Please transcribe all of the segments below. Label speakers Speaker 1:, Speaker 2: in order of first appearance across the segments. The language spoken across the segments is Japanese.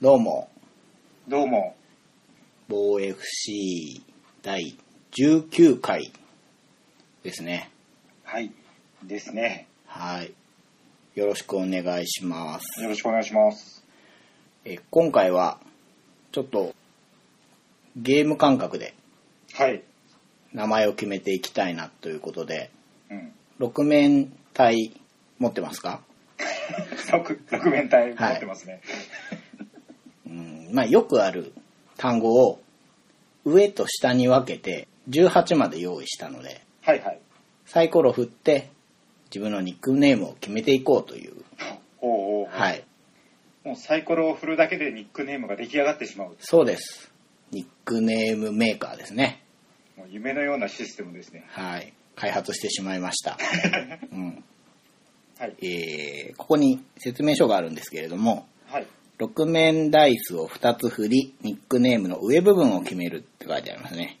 Speaker 1: どうも、
Speaker 2: どうも。
Speaker 1: 防 FC 第19回ですね。
Speaker 2: はい。ですね。
Speaker 1: はい。よろしくお願いします。
Speaker 2: よろしくお願いします。
Speaker 1: え今回は、ちょっと、ゲーム感覚で
Speaker 2: はい。
Speaker 1: 名前を決めていきたいなということで、
Speaker 2: うん。
Speaker 1: 6面体持ってますか
Speaker 2: 六六面体持ってますね。
Speaker 1: うん、まあよくある単語を上と下に分けて18まで用意したので、
Speaker 2: はい、はい、
Speaker 1: サイコロ振って自分のニックネームを決めていこうという、
Speaker 2: おうおう
Speaker 1: はい、
Speaker 2: もうサイコロを振るだけでニックネームが出来上がってしまう。
Speaker 1: そうです。ニックネームメーカーですね。
Speaker 2: もう夢のようなシステムですね。
Speaker 1: はい。開発してしまいま した。うん。
Speaker 2: はい。
Speaker 1: えー、ここに説明書があるんですけれども、
Speaker 2: はい。
Speaker 1: 6面ダイスを2つ振り、ニックネームの上部分を決めるって書いてありますね。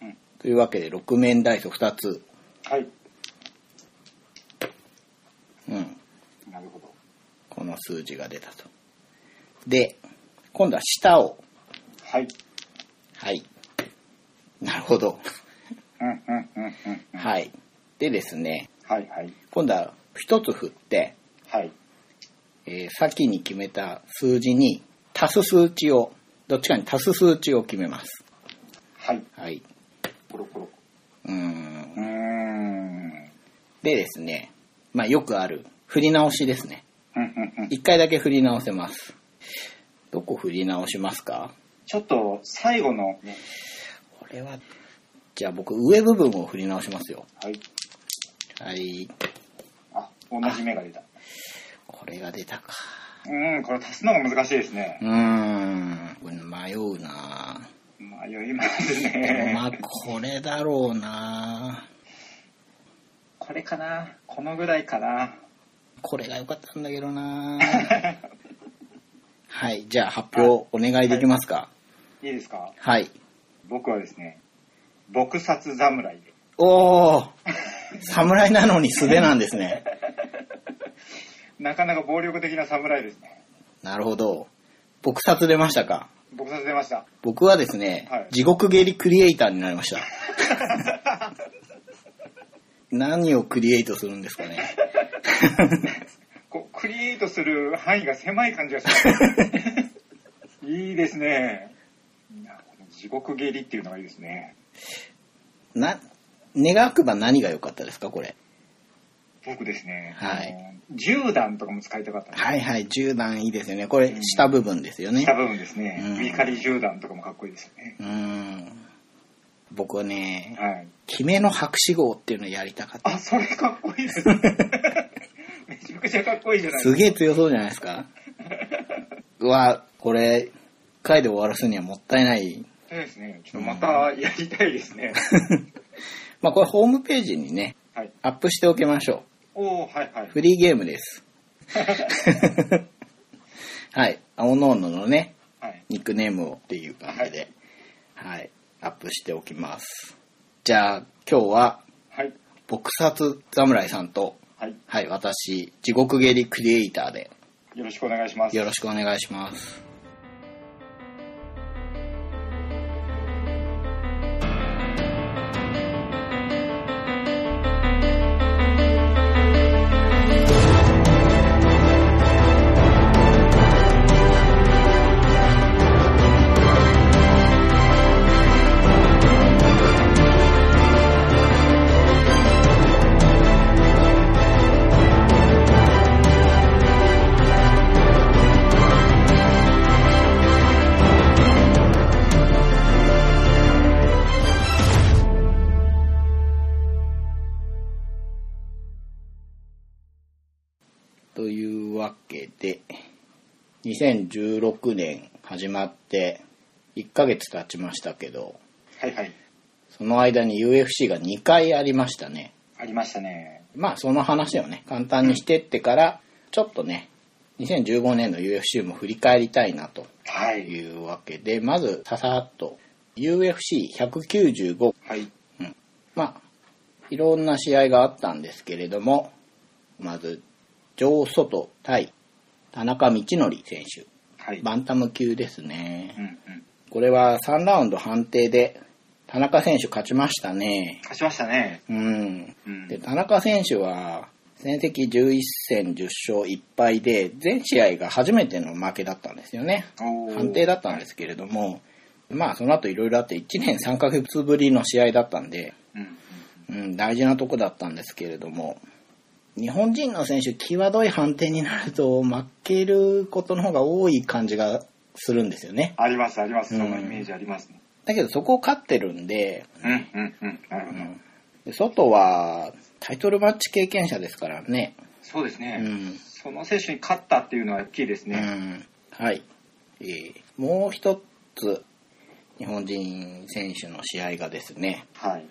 Speaker 2: うん
Speaker 1: というわけで、6面ダイスを2つ。
Speaker 2: はい。
Speaker 1: うん。
Speaker 2: なるほど。
Speaker 1: この数字が出たと。で、今度は下を。
Speaker 2: はい。
Speaker 1: はい。なるほど。
Speaker 2: うん、うん、うん、うん。
Speaker 1: はい。でですね、
Speaker 2: はい、はい。
Speaker 1: 今度は一つ振って、
Speaker 2: はい。
Speaker 1: えー先に決めた数字に足す数値を、どっちかに足す数値を決めます。
Speaker 2: はい。
Speaker 1: はい。
Speaker 2: コロコロ。
Speaker 1: うーん。
Speaker 2: うーん。
Speaker 1: でですね、まあよくある、振り直しですね。
Speaker 2: うん、うん、うん。
Speaker 1: 一回だけ振り直せます。どこ振り直しますか
Speaker 2: ちょっと、最後のね。
Speaker 1: これは、じゃあ僕上部分を振り直しますよ。
Speaker 2: はい。
Speaker 1: はい。
Speaker 2: あ、同じ目が出た。
Speaker 1: これが出たか。
Speaker 2: うーん、これ足すのが難しいですね
Speaker 1: う。ーん。これ迷うなぁ
Speaker 2: 迷いますね。
Speaker 1: まあこれだろうな
Speaker 2: これかなこのぐらいかな
Speaker 1: これが良かったんだけどな はいじゃあ発表お願いできますか
Speaker 2: いいですか
Speaker 1: はい、
Speaker 2: 僕はですね撲殺侍で
Speaker 1: おお侍なのに素手なんですね
Speaker 2: なかなか暴力的な侍ですね
Speaker 1: なるほど撲殺出ましたか
Speaker 2: 撲殺出ました
Speaker 1: 僕はですね、
Speaker 2: はい
Speaker 1: 地獄蹴りクリエイターになりま した何をクリエイトするんですかね
Speaker 2: こうクリエイトする範囲が狭い感じがし ますいいですねいやこの地獄蹴りっていうのがいいですね
Speaker 1: な願くば何が良かったですかこれ
Speaker 2: 僕ですね、
Speaker 1: はい
Speaker 2: あの銃弾とかも使いたかったんです
Speaker 1: はいはい10段いいですよねこれ下部分ですよね
Speaker 2: 下部分ですね、
Speaker 1: うん
Speaker 2: ミカリ銃弾とかもかっこいいですよね
Speaker 1: うーん僕はね、
Speaker 2: はい
Speaker 1: 決めの博士号っていうのやりたかった。
Speaker 2: あそれかっこいいで すねめちゃくちゃかっこいいじゃないですすか
Speaker 1: げえ強そうじゃないです か。うわ、これ、一回で終わらすにはもったいない。
Speaker 2: そうですね。ちょっとまたやりたいで すね。
Speaker 1: まあこれホームページにね、
Speaker 2: はい。
Speaker 1: アップしておきましょ
Speaker 2: おおはいは
Speaker 1: う。
Speaker 2: い。
Speaker 1: フリーゲーム です。はい。おのおののね、
Speaker 2: はい。
Speaker 1: ニックネームをっていう感じで、はい。アップしておきます。じゃあ、今日は、
Speaker 2: はい。
Speaker 1: 撲殺侍さんと、
Speaker 2: はい。
Speaker 1: はい、私、地獄蹴りクリエイターで、
Speaker 2: よろしくお願いします。
Speaker 1: よろしくお願いします。というわけで、2016年始まって1ヶ月経ちましたけど、
Speaker 2: はいはい。
Speaker 1: その間に UFC が2回ありましたね。
Speaker 2: ありましたね。
Speaker 1: まあその話をね、簡単にしてってから、ちょっとね、2015年の UFC も振り返りたいなと
Speaker 2: はいい。
Speaker 1: うわけで、まずささっと UFC195
Speaker 2: はい。
Speaker 1: まあ、いろんな試合があったんですけれども、まず、ジョー・ソト対田中道則選手。
Speaker 2: はい。
Speaker 1: バンタム級ですね
Speaker 2: う。んうん。
Speaker 1: これは3ラウンド判定で、田中選手勝ちましたね。
Speaker 2: 勝ちましたね。
Speaker 1: うん。
Speaker 2: うん。
Speaker 1: で、田中選手は、戦績11戦10勝1敗で、全試合が初めての負けだったんですよね。
Speaker 2: おー
Speaker 1: 判定だったんですけれども、まあ、その後いろいろあって、1年3ヶ月ぶりの試合だったんで、
Speaker 2: うんうん。
Speaker 1: うん、大事なとこだったんですけれども、日本人の選手、際どい判定になると、負けることの方が多い感じがするんですよね。
Speaker 2: あります、あります。その
Speaker 1: うん
Speaker 2: イメージありますね。
Speaker 1: だけど、そこを勝ってるんで、
Speaker 2: うんうんうん。なるほど。
Speaker 1: で外はタイトルマッチ経験者ですからね。
Speaker 2: そうです
Speaker 1: う
Speaker 2: ね。
Speaker 1: ん。
Speaker 2: その選手に勝ったっていうのは大きいです
Speaker 1: う
Speaker 2: ね。
Speaker 1: ん。はい。えーもう一つ、日本人選手の試合がですね、
Speaker 2: はい。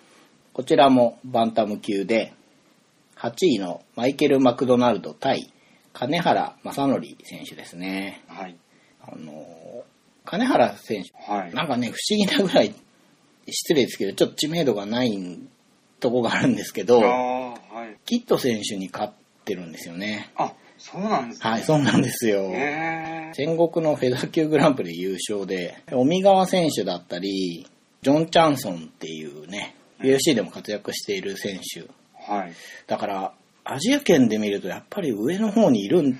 Speaker 1: こちらもバンタム級で、8位のマイケル・マクドナルド対金原正則選手ですね。
Speaker 2: はい。
Speaker 1: あのー金原選手、
Speaker 2: はい。
Speaker 1: なんかね、不思議なぐらい、失礼ですけど、ちょっと知名度がないとこがあるんですけど、
Speaker 2: ああ、はい。
Speaker 1: キッド選手に勝ってるんですよね。
Speaker 2: あ、そうなんですね。
Speaker 1: はい、そうなんですよ。
Speaker 2: へえ。
Speaker 1: 戦国のフェザー級グランプリ優勝で、尾身川選手だったり、ジョン・チャンソンっていうね、
Speaker 2: うん
Speaker 1: UFC でも活躍している選手。
Speaker 2: はい。
Speaker 1: だから、アジア圏で見るとやっぱり上の方にいるん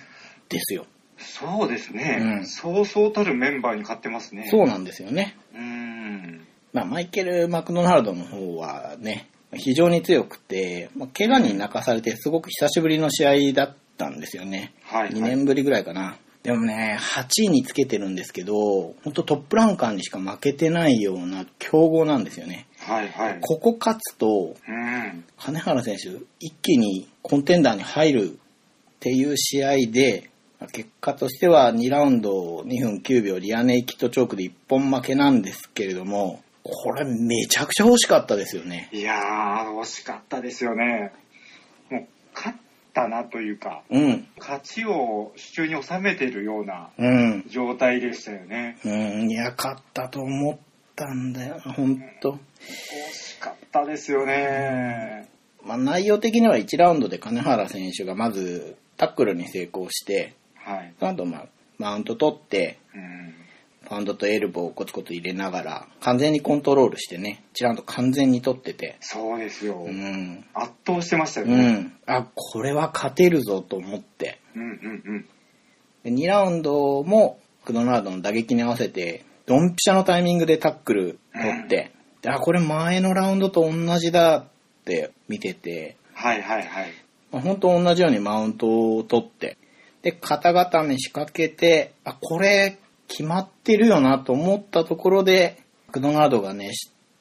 Speaker 1: ですよ。
Speaker 2: そうですね、
Speaker 1: うん
Speaker 2: そうそうたるメンバーに勝ってますね。
Speaker 1: そうなんですよね。
Speaker 2: うーん。
Speaker 1: まあ、マイケル・マクドナルドの方はね、非常に強くて、まあ、怪我に泣かされてすごく久しぶりの試合だったんですよね。
Speaker 2: はい、はい。
Speaker 1: 2年ぶりぐらいかな。でもね、8位につけてるんですけど、本当トップランカーにしか負けてないような強豪なんですよね。
Speaker 2: はいはい。
Speaker 1: ここ勝つと、
Speaker 2: うん。
Speaker 1: 金原選手、一気にコンテンダーに入るっていう試合で、結果としては2ラウンド2分9秒リアネイキッドチョークで1本負けなんですけれども、これめちゃくちゃ欲しかったですよね。
Speaker 2: いやー、惜しかったですよね。もう、勝ったなというか、
Speaker 1: うん。
Speaker 2: 勝ちを手中に収めてるような
Speaker 1: うん。
Speaker 2: 状態でしたよね。
Speaker 1: うん。いや、勝ったと思ったんだよな、ほんと。
Speaker 2: 惜しかったですよね。
Speaker 1: まあ、内容的には1ラウンドで金原選手がまずタックルに成功して、
Speaker 2: はい。
Speaker 1: その後、まあ、マウント取って、
Speaker 2: うん。
Speaker 1: パウンドとエルボーをコツコツ入れながら、完全にコントロールしてね、1ラウンド完全に取ってて、
Speaker 2: そうですよ。
Speaker 1: うん。
Speaker 2: 圧倒してましたよ
Speaker 1: う
Speaker 2: ね。
Speaker 1: ん。あ、これは勝てるぞと思って。
Speaker 2: うん、うん、うん。
Speaker 1: で2ラウンドも、クドナルドの打撃に合わせて、ドンピシャのタイミングでタックル取って、であ、これ前のラウンドと同じだって見てて、
Speaker 2: はいはいはい。
Speaker 1: まあ、本当同じようにマウントを取って、で、肩固め仕掛けて、あ、これ、決まってるよなと思ったところで、マクドナルドがね、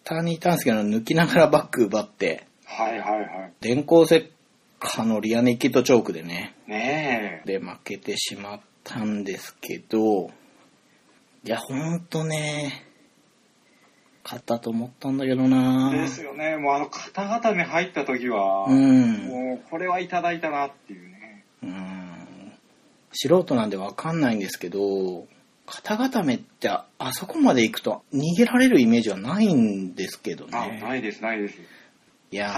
Speaker 1: 下にいたんですけど、抜きながらバック奪って、
Speaker 2: はいはいは
Speaker 1: 電光石火のリアネイキッドチョークでね、
Speaker 2: い。ね
Speaker 1: で、
Speaker 2: え。
Speaker 1: 負けてしまったんですけど、いや、ほんとね、勝ったと思ったんだけどな
Speaker 2: ですよね。もうあの、肩固め入った時は、
Speaker 1: うん。
Speaker 2: もうこれはいただいたなっていうね。
Speaker 1: うーん素人なんでわかんないんですけど肩固めってああそこまで行くと逃げられるイメージはないんですけど
Speaker 2: あ、な
Speaker 1: ね
Speaker 2: いです、ないです。
Speaker 1: いや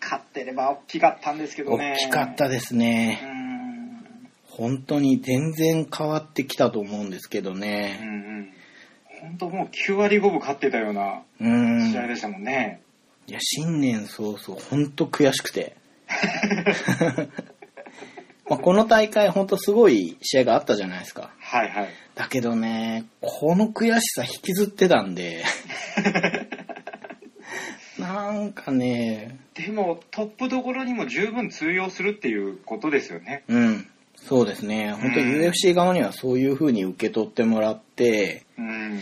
Speaker 2: 勝ってれば大きかったんですけ
Speaker 1: ー
Speaker 2: どね。
Speaker 1: 大きかったです
Speaker 2: うー
Speaker 1: ね
Speaker 2: ん。
Speaker 1: 本当に全然変わってきたと思うんですけど
Speaker 2: うんう
Speaker 1: ね
Speaker 2: ん。本当もう9割5分勝ってたような
Speaker 1: うーん
Speaker 2: 試合でしたもんね。
Speaker 1: いや新年早々本当悔しく て まあこの大会本当すごい試合があったじゃないですか
Speaker 2: はいはい。
Speaker 1: だけどね、この悔しさ引きずってたん で、なんかね、
Speaker 2: でも、トップどころにも十分通用するっていうことですよね。
Speaker 1: うん、そうですね、本当
Speaker 2: うん
Speaker 1: UFC 側にはそういう風に受け取ってもらって、
Speaker 2: うん。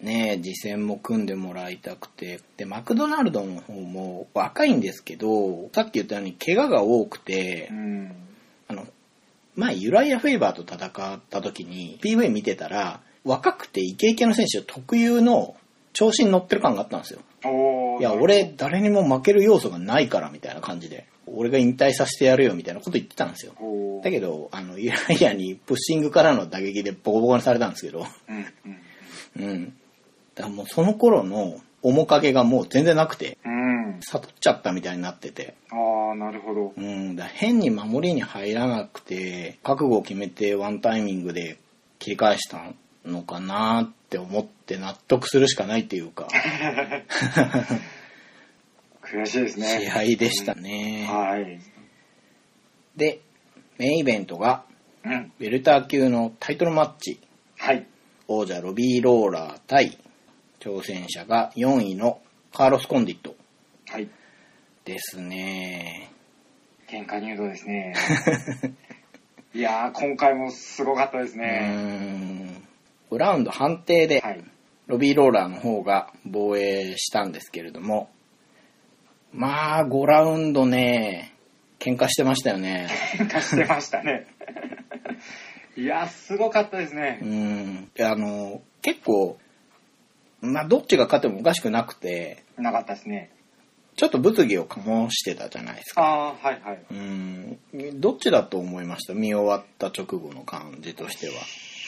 Speaker 1: ね、実戦も組んでもらいたくて、で、マクドナルドの方も若いんですけど、さっき言ったように怪我が多くて
Speaker 2: う、ん。
Speaker 1: あの、前、ユライア・フェイバーと戦った時に、PV 見てたら、若くてイケイケの選手特有の調子に乗ってる感があったんですよ。
Speaker 2: おー
Speaker 1: いや、。俺、誰にも負ける要素がないから、みたいな感じで。俺が引退させてやるよ、みたいなこと言ってたんですよ。
Speaker 2: おー
Speaker 1: だけど、あの、イライラにプッシングからの打撃でボコボコにされたんですけど。
Speaker 2: うんうん。
Speaker 1: うん。だからもうその頃の面影がもう全然なくて、
Speaker 2: うん。
Speaker 1: 悟っちゃったみたいになってて。
Speaker 2: ああ、なるほど。
Speaker 1: うん、だ変に守りに入らなくて、覚悟を決めてワンタイミングで切り返したのかなって思って納得するしかないっていうか、
Speaker 2: 悔しいですね。
Speaker 1: 試合でしたね。
Speaker 2: はい。
Speaker 1: で、メインイベントが、
Speaker 2: うん。
Speaker 1: ベルター級のタイトルマッチ、
Speaker 2: はい。
Speaker 1: 王者ロビー・ローラー対挑戦者が4位のカーロス・コンディット
Speaker 2: はい。
Speaker 1: ですね。
Speaker 2: 喧嘩入道ですね。いやー、今回もすごかったです
Speaker 1: う
Speaker 2: ね。
Speaker 1: ーん。5ラウンド判定で、
Speaker 2: はい。
Speaker 1: ロビー・ローラーの方が防衛したんですけれども、まあ、5ラウンドね、喧嘩してましたよね。
Speaker 2: 喧嘩してましたね。 いやー、すごかったです
Speaker 1: う
Speaker 2: ね。
Speaker 1: ん。であの、結構、まあ、どっちが勝ってもおかしくなくて、
Speaker 2: なかったですね。
Speaker 1: ちょっと物議を醸してたじゃないですか。
Speaker 2: ああ、はいはい。
Speaker 1: うん。どっちだと思いました見終わった直後の感じとしては。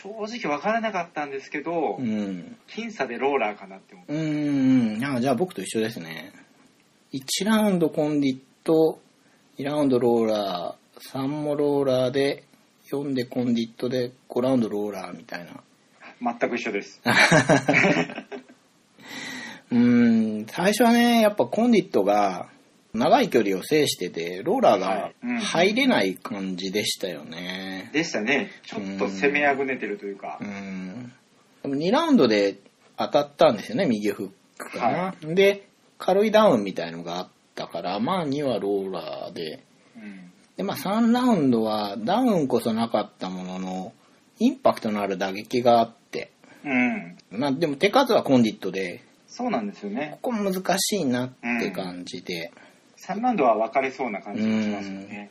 Speaker 2: 正直分からなかったんですけど、
Speaker 1: うん。
Speaker 2: 僅差でローラーかなって思っ
Speaker 1: うーん、あじゃあ僕と一緒ですね。1ラウンドコンディット、2ラウンドローラー、3もローラーで、4でコンディットで、5ラウンドローラーみたいな。
Speaker 2: た。全く一緒です。
Speaker 1: うーん、最初はね、やっぱコンディットが長い距離を制してて、ローラーが入れない感じでしたよね。
Speaker 2: でしたね。ちょっと攻めあぐねてるというか
Speaker 1: う。ん。でも2ラウンドで当たったんですよね、右フックかな。
Speaker 2: は
Speaker 1: で、軽いダウンみたいのがあったから、まあ2はローラーで。
Speaker 2: うん
Speaker 1: で、まあ3ラウンドはダウンこそなかったものの、インパクトのある打撃があって、
Speaker 2: うん。
Speaker 1: まあでも手数はコンディットで、
Speaker 2: そうなんですよ
Speaker 1: こ
Speaker 2: ね。
Speaker 1: こ難しいなって感じで。
Speaker 2: 3ラウンドは分かれそうな感じがしますよね。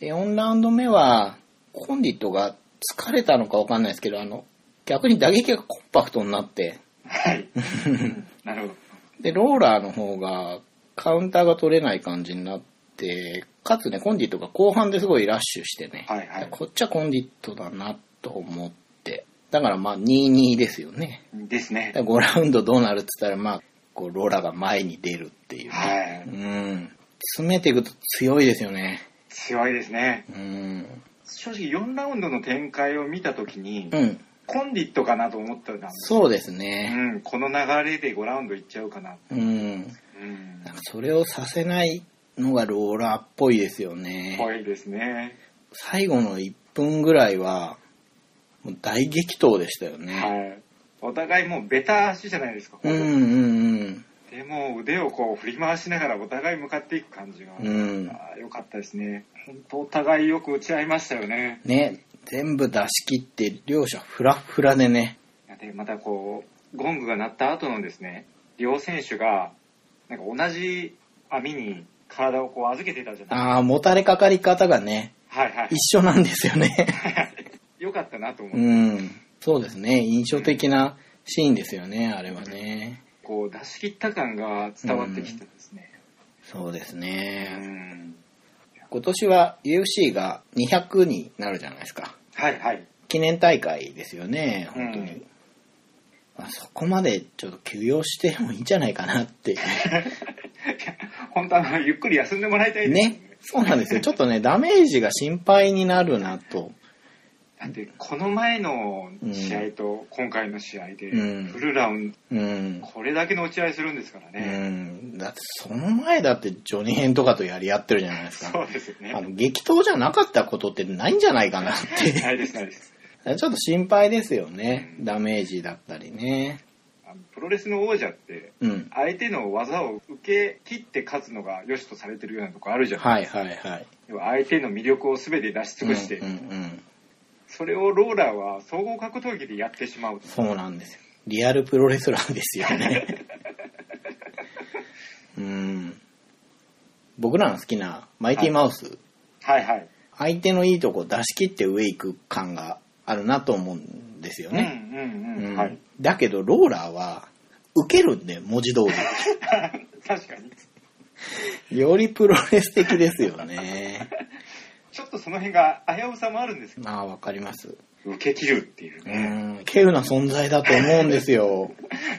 Speaker 1: で、4ラウンド目は、コンディットが疲れたのかわかんないですけど、あの、逆に打撃がコンパクトになって、
Speaker 2: はい。うんなるほど。
Speaker 1: で、ローラーの方がカウンターが取れない感じになって、かつね、コンディットが後半ですごいラッシュしてね、
Speaker 2: はいはい
Speaker 1: こっちはコンディットだなと思って、だからまあ2-2ですよね。
Speaker 2: ですね。
Speaker 1: 5ラウンドどうなるって言ったら、まあ、こう、ローラーが前に出るっていう、
Speaker 2: は
Speaker 1: う
Speaker 2: い。
Speaker 1: ん。詰めていくと強いですよね。
Speaker 2: 強いですね。
Speaker 1: うん。
Speaker 2: 正直4ラウンドの展開を見たときに、
Speaker 1: うん。
Speaker 2: コンディットかなと思ってたんです。
Speaker 1: そうです
Speaker 2: う
Speaker 1: ね。
Speaker 2: ん。この流れで5ラウンドいっちゃうかな。
Speaker 1: うん。
Speaker 2: うん
Speaker 1: なん。かそれをさせないのがローラーっぽいですよね。
Speaker 2: 怖いですね。
Speaker 1: 最後の1分ぐらいは、もう大激闘でしたよね。
Speaker 2: はい。お互いもうベタ足じゃないですか。
Speaker 1: うんうん
Speaker 2: でも腕をこう振り回しながらお互い向かっていく感じが、
Speaker 1: うん。うん。
Speaker 2: あーよかったですね。本当お互いよく打ち合いましたよね。
Speaker 1: ね、全部出し切って、両者フラフラでね。
Speaker 2: で、またこう、ゴングが鳴った後のですね、両選手が、なんか同じ網に体をこう預けてたじゃない
Speaker 1: ああ、もたれかかり方がね、
Speaker 2: はいはい。
Speaker 1: 一緒なんですよね。
Speaker 2: よかったなと思って、
Speaker 1: うん。そうですね。印象的なシーンですよね、あれはね。
Speaker 2: こう出し切った感が伝わってきてですね。
Speaker 1: そうです
Speaker 2: う
Speaker 1: ね。
Speaker 2: ん。
Speaker 1: 今年は UFC が200になるじゃないですか。
Speaker 2: はいはい。
Speaker 1: 記念大会ですよね、本当に。
Speaker 2: うん
Speaker 1: まあ、そこまでちょっと休養してもいいんじゃないかなっていう。
Speaker 2: 本当あの、ゆっくり休んでもらいたいですよね
Speaker 1: ね。そうなんですよ。ちょっとね、ダメージが心配になるなと。
Speaker 2: だってこの前の試合と今回の試合で
Speaker 1: うん
Speaker 2: フルラウンド
Speaker 1: うん。
Speaker 2: これだけの打ち合いするんですから
Speaker 1: う
Speaker 2: ね、
Speaker 1: ん。だって、その前だってジョニー編とかとやり合ってるじゃないです
Speaker 2: そ
Speaker 1: か。
Speaker 2: うですよね
Speaker 1: あの、激闘じゃなかったことってないんじゃないかなって いう。
Speaker 2: ないですないです
Speaker 1: ちょっと心配ですよね。ダメージだったりね。
Speaker 2: あのプロレスの王者って
Speaker 1: うん。
Speaker 2: 相手の技を受け切って勝つのが良しとされてるようなとこあるじゃん、
Speaker 1: はいはいはい。
Speaker 2: 要は相手の魅力を全て出し尽くして、
Speaker 1: うんうんうん。
Speaker 2: それをローラーは総合格闘技でやってしまう
Speaker 1: そうなんですよ。リアルプロレスラーですよね。 うん。僕らの好きなマイティマウス、
Speaker 2: はいはい、
Speaker 1: 相手のいいとこ出し切って上行く感があるなと思うんですよね。
Speaker 2: うんうんうん、
Speaker 1: うん
Speaker 2: はい
Speaker 1: だけど、ローラーは、受けるんで、文字通
Speaker 2: 確かに
Speaker 1: り。よりプロレス的ですよ ね。
Speaker 2: ちょっとその辺が危うさもあるんですけ
Speaker 1: まあ、わかります。
Speaker 2: ど受け切るっていう
Speaker 1: う
Speaker 2: ね、
Speaker 1: ん、稀有な存在だと思うんですよ。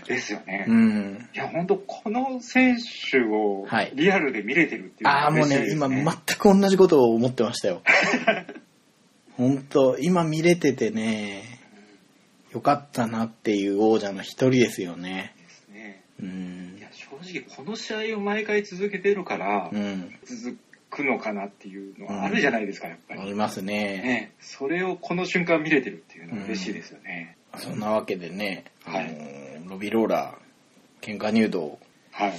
Speaker 2: ですよね。
Speaker 1: う
Speaker 2: い
Speaker 1: ん。
Speaker 2: や、本当この選手を
Speaker 1: はい
Speaker 2: リアルで見れてるっていうの
Speaker 1: あ
Speaker 2: が
Speaker 1: あ、もう
Speaker 2: 嬉しい
Speaker 1: ね、
Speaker 2: です
Speaker 1: 今全く同じことを思ってました よ。本当今見れててね、よかったなっていう王者の一人ですよね。
Speaker 2: ですね
Speaker 1: うん
Speaker 2: い。や、正直この試合を毎回続けてるから
Speaker 1: う、ん。
Speaker 2: 続くのかなっていうのはあるじゃないですか、やっぱ
Speaker 1: あ
Speaker 2: り。
Speaker 1: りますね。
Speaker 2: ね、それをこの瞬間見れてるっていうのは嬉しいですよね。
Speaker 1: そんなわけでね、あの
Speaker 2: はい
Speaker 1: ーロビローラー、喧嘩入道、
Speaker 2: はい。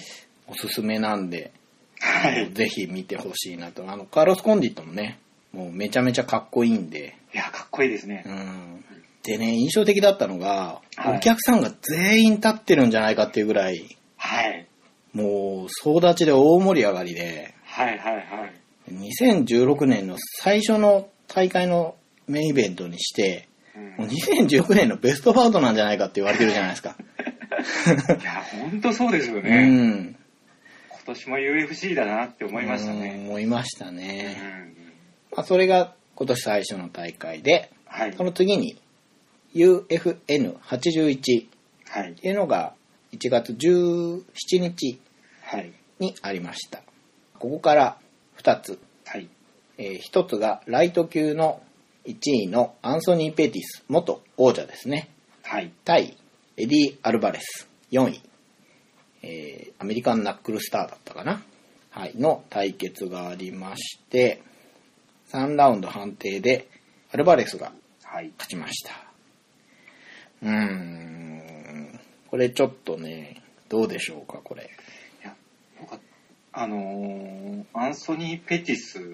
Speaker 1: おすすめなんで、
Speaker 2: はい。い
Speaker 1: ぜひ見てほしいなと。あの、カーロス・コンディットもね、もうめちゃめちゃかっこいいんで、
Speaker 2: や、かっこいいですね
Speaker 1: う。ん。でね、印象的だったのが、
Speaker 2: はい
Speaker 1: お客さんが全員立ってるんじゃないかっていうぐらい、
Speaker 2: はい。
Speaker 1: もう総立ちで大盛り上がりで、
Speaker 2: はいはいはい。
Speaker 1: 2016年の最初の大会のメインイベントにして、
Speaker 2: うん
Speaker 1: もう2016年のベストバウトなんじゃないかって言われてるじゃないですか。
Speaker 2: いや、本当そうですよ
Speaker 1: う
Speaker 2: ね。
Speaker 1: ん。
Speaker 2: 今年も UFC だなって思いました
Speaker 1: うん
Speaker 2: ね。
Speaker 1: 思いました
Speaker 2: うん
Speaker 1: ね。まあ、それが今年最初の大会で、
Speaker 2: はい
Speaker 1: そ。の次に UFN81 っ
Speaker 2: はい。
Speaker 1: ていうのが1月17日
Speaker 2: はい。
Speaker 1: にありました。ここから2つ。
Speaker 2: はい。
Speaker 1: え1つがライト級の1位のアンソニー・ペティス、元王者ですね。
Speaker 2: はい。
Speaker 1: 対エディ・アルバレス、4位。えーアメリカンナックルスターだったかな。はい。の対決がありまして、3ラウンド判定でアルバレスが
Speaker 2: はい。
Speaker 1: 勝ちました。うーん。これちょっとね、どうでしょうか、これ。
Speaker 2: いや、僕は、あのーアンソニー・ペティス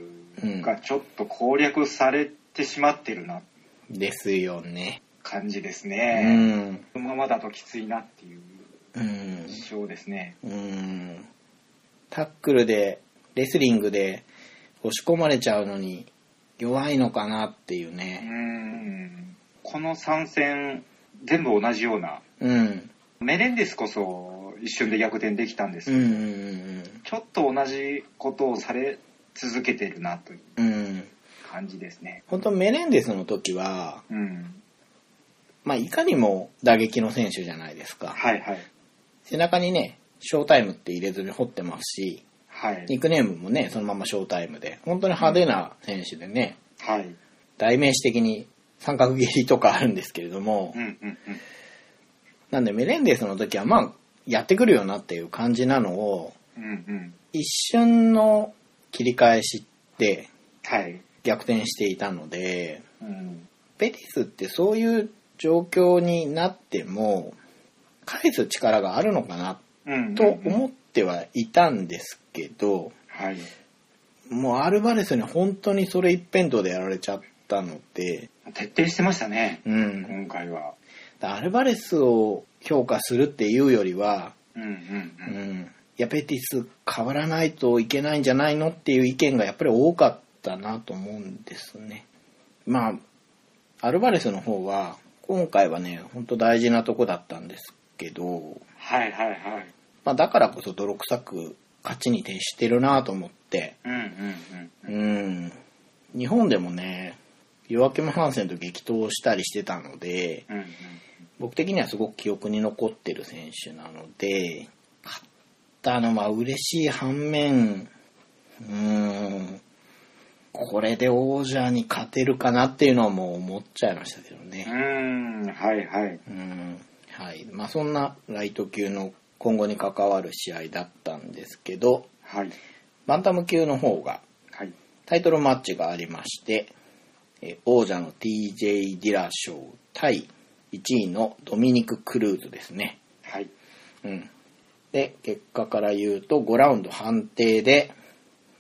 Speaker 2: がちょっと攻略されてしまってるな
Speaker 1: ですよね。
Speaker 2: 感じです
Speaker 1: う
Speaker 2: ね。
Speaker 1: ん。
Speaker 2: このままだときついなっていう
Speaker 1: うん。
Speaker 2: 印象ですね。
Speaker 1: うん。タックルで、レスリングで押し込まれちゃうのに弱いのかなっていう
Speaker 2: う
Speaker 1: ね。
Speaker 2: ん。この3戦、全部同じような。
Speaker 1: うん。
Speaker 2: メレンデスこそ一瞬で逆転できたんです
Speaker 1: う
Speaker 2: けど、
Speaker 1: んうん
Speaker 2: ちょっと同じことをされ続けてるなという
Speaker 1: うんうん。
Speaker 2: 感じですね。
Speaker 1: 本当メレンデスの時は、
Speaker 2: うん。
Speaker 1: まあ、いかにも打撃の選手じゃないですか。
Speaker 2: はいはい。
Speaker 1: 背中にね、ショータイムって入れずに掘ってますし、
Speaker 2: はい。
Speaker 1: ニックネームもね、そのままショータイムで、本当に派手な選手でね、
Speaker 2: はい。
Speaker 1: 代名詞的に三角蹴りとかあるんですけれども
Speaker 2: うん、うんうん。
Speaker 1: なんでメレンデスの時はまあ、やってくるよなっていう感じなのを、
Speaker 2: うんうん。
Speaker 1: 一瞬の切り返しって
Speaker 2: はい。
Speaker 1: 逆転していたので、
Speaker 2: うん。
Speaker 1: ペティスってそういう状況になっても、返す力があるのかな
Speaker 2: うん。
Speaker 1: と思っ
Speaker 2: うん。
Speaker 1: てはいたんですけど、
Speaker 2: はい。
Speaker 1: もうアルバレスに本当にそれ一辺倒でやられちゃったので、
Speaker 2: 徹底してましたね。
Speaker 1: うん。
Speaker 2: 今回は。
Speaker 1: アルバレスを評価するっていうよりは、
Speaker 2: うんうん
Speaker 1: う
Speaker 2: うん。
Speaker 1: ん。いや、ペティス変わらないといけないんじゃないのっていう意見がやっぱり多かったなと思うんですね。まあ、アルバレスの方は、今回はね、本当大事なとこだったんですけど、
Speaker 2: はいはいはい。
Speaker 1: まあ、だからこそ泥臭く勝ちに徹してるなと思って、
Speaker 2: うんうんうん。
Speaker 1: うん。日本でもね、夜明けもハンセンと激闘したりしてたので、
Speaker 2: うんうん。
Speaker 1: 僕的にはすごく記憶に残ってる選手なので、勝ったのは嬉しい反面、うーん、これで王者に勝てるかなっていうのはもう思っちゃいましたけど
Speaker 2: う
Speaker 1: ね。
Speaker 2: ん。はいはい。
Speaker 1: うん、はい。まあそんなライト級の今後に関わる試合だったんですけど、
Speaker 2: はい。
Speaker 1: バンタム級の方が
Speaker 2: はい。
Speaker 1: タイトルマッチがありまして、えー王者の TJ ディラ賞対1位のドミニク・クルーズですね。
Speaker 2: はい。
Speaker 1: うん。で、結果から言うと5ラウンド判定で、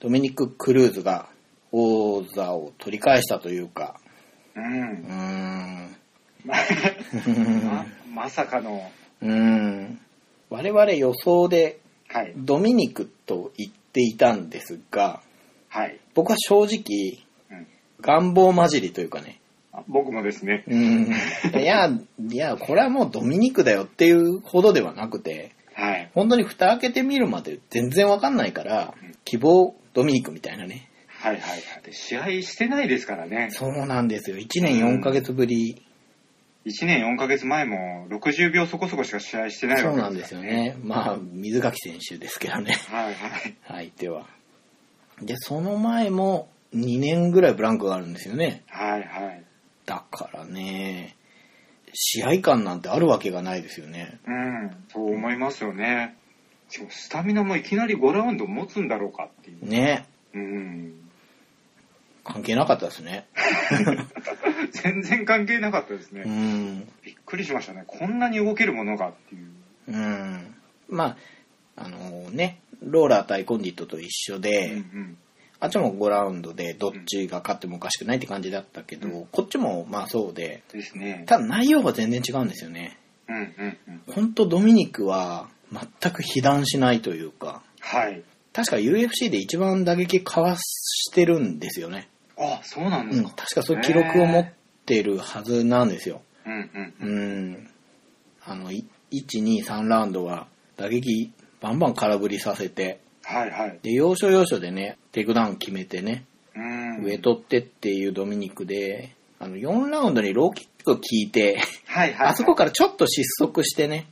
Speaker 1: ドミニク・クルーズが王座を取り返したというか、
Speaker 2: うん
Speaker 1: う。ーん、
Speaker 2: ままさかの。
Speaker 1: うーん、我々予想で
Speaker 2: はい。
Speaker 1: ドミニクと言っていたんですが、
Speaker 2: はい。
Speaker 1: 僕は正直、
Speaker 2: うん
Speaker 1: 願望混じりというかね、
Speaker 2: あ僕もですね。
Speaker 1: うん、いや、いや、これはもうドミニクだよっていうほどではなくて、
Speaker 2: はい。
Speaker 1: 本当に蓋開けてみるまで全然わかんないから、希望ドミニクみたいなね。
Speaker 2: はいはいはい。で試合してないですからね。
Speaker 1: そうなんですよ。1年4ヶ月ぶり
Speaker 2: 1年4ヶ月前も60秒そこそこしか試合してない
Speaker 1: そ
Speaker 2: わ
Speaker 1: う
Speaker 2: け
Speaker 1: なんですよね。まあ、水垣選手ですけどね。
Speaker 2: からはいはい。
Speaker 1: 相手は。で、その前も2年ぐらいブランクがあるんですよね。
Speaker 2: はいはい。
Speaker 1: だからね、試合感なんてあるわけがないですよね。
Speaker 2: うん、そう思いますよね。しかもスタミナもいきなり5ラウンド持つんだろうかっていう。
Speaker 1: ね。
Speaker 2: うん。
Speaker 1: 関係なかったですね。
Speaker 2: 全然関係なかったです
Speaker 1: う
Speaker 2: ね。
Speaker 1: ん。
Speaker 2: びっくりしましたね。こんなに動けるものがっていう。
Speaker 1: うん。まあ、あのね、ローラー対コンディットと一緒
Speaker 2: う
Speaker 1: で、
Speaker 2: ん
Speaker 1: あっちも5ラウンドでどっちが勝ってもおかしくないって感じだったけど、
Speaker 2: うん
Speaker 1: こっちもまあそうで、
Speaker 2: うん。ですね。
Speaker 1: ただ内容が全然違うんですよね。
Speaker 2: うんうんうん。
Speaker 1: ほんとドミニクは全く被弾しないというか、
Speaker 2: はい。
Speaker 1: 確か UFC で一番打撃かわしてるんですよね。
Speaker 2: あ、そうなん
Speaker 1: う
Speaker 2: です
Speaker 1: ん、
Speaker 2: か。
Speaker 1: 確かそういう記録を持ってるはずなんですよ。
Speaker 2: うんうんう。
Speaker 1: うんん。あの、い1、2、3ラウンドは打撃バンバン空振りさせて、
Speaker 2: はいはい。
Speaker 1: で、要所要所でね、テイクダウン決めてね、
Speaker 2: うん。
Speaker 1: 上。取ってっていうドミニクで、あの、4ラウンドにローキック効いて、
Speaker 2: はいはい。
Speaker 1: あそこからちょっと失速してね、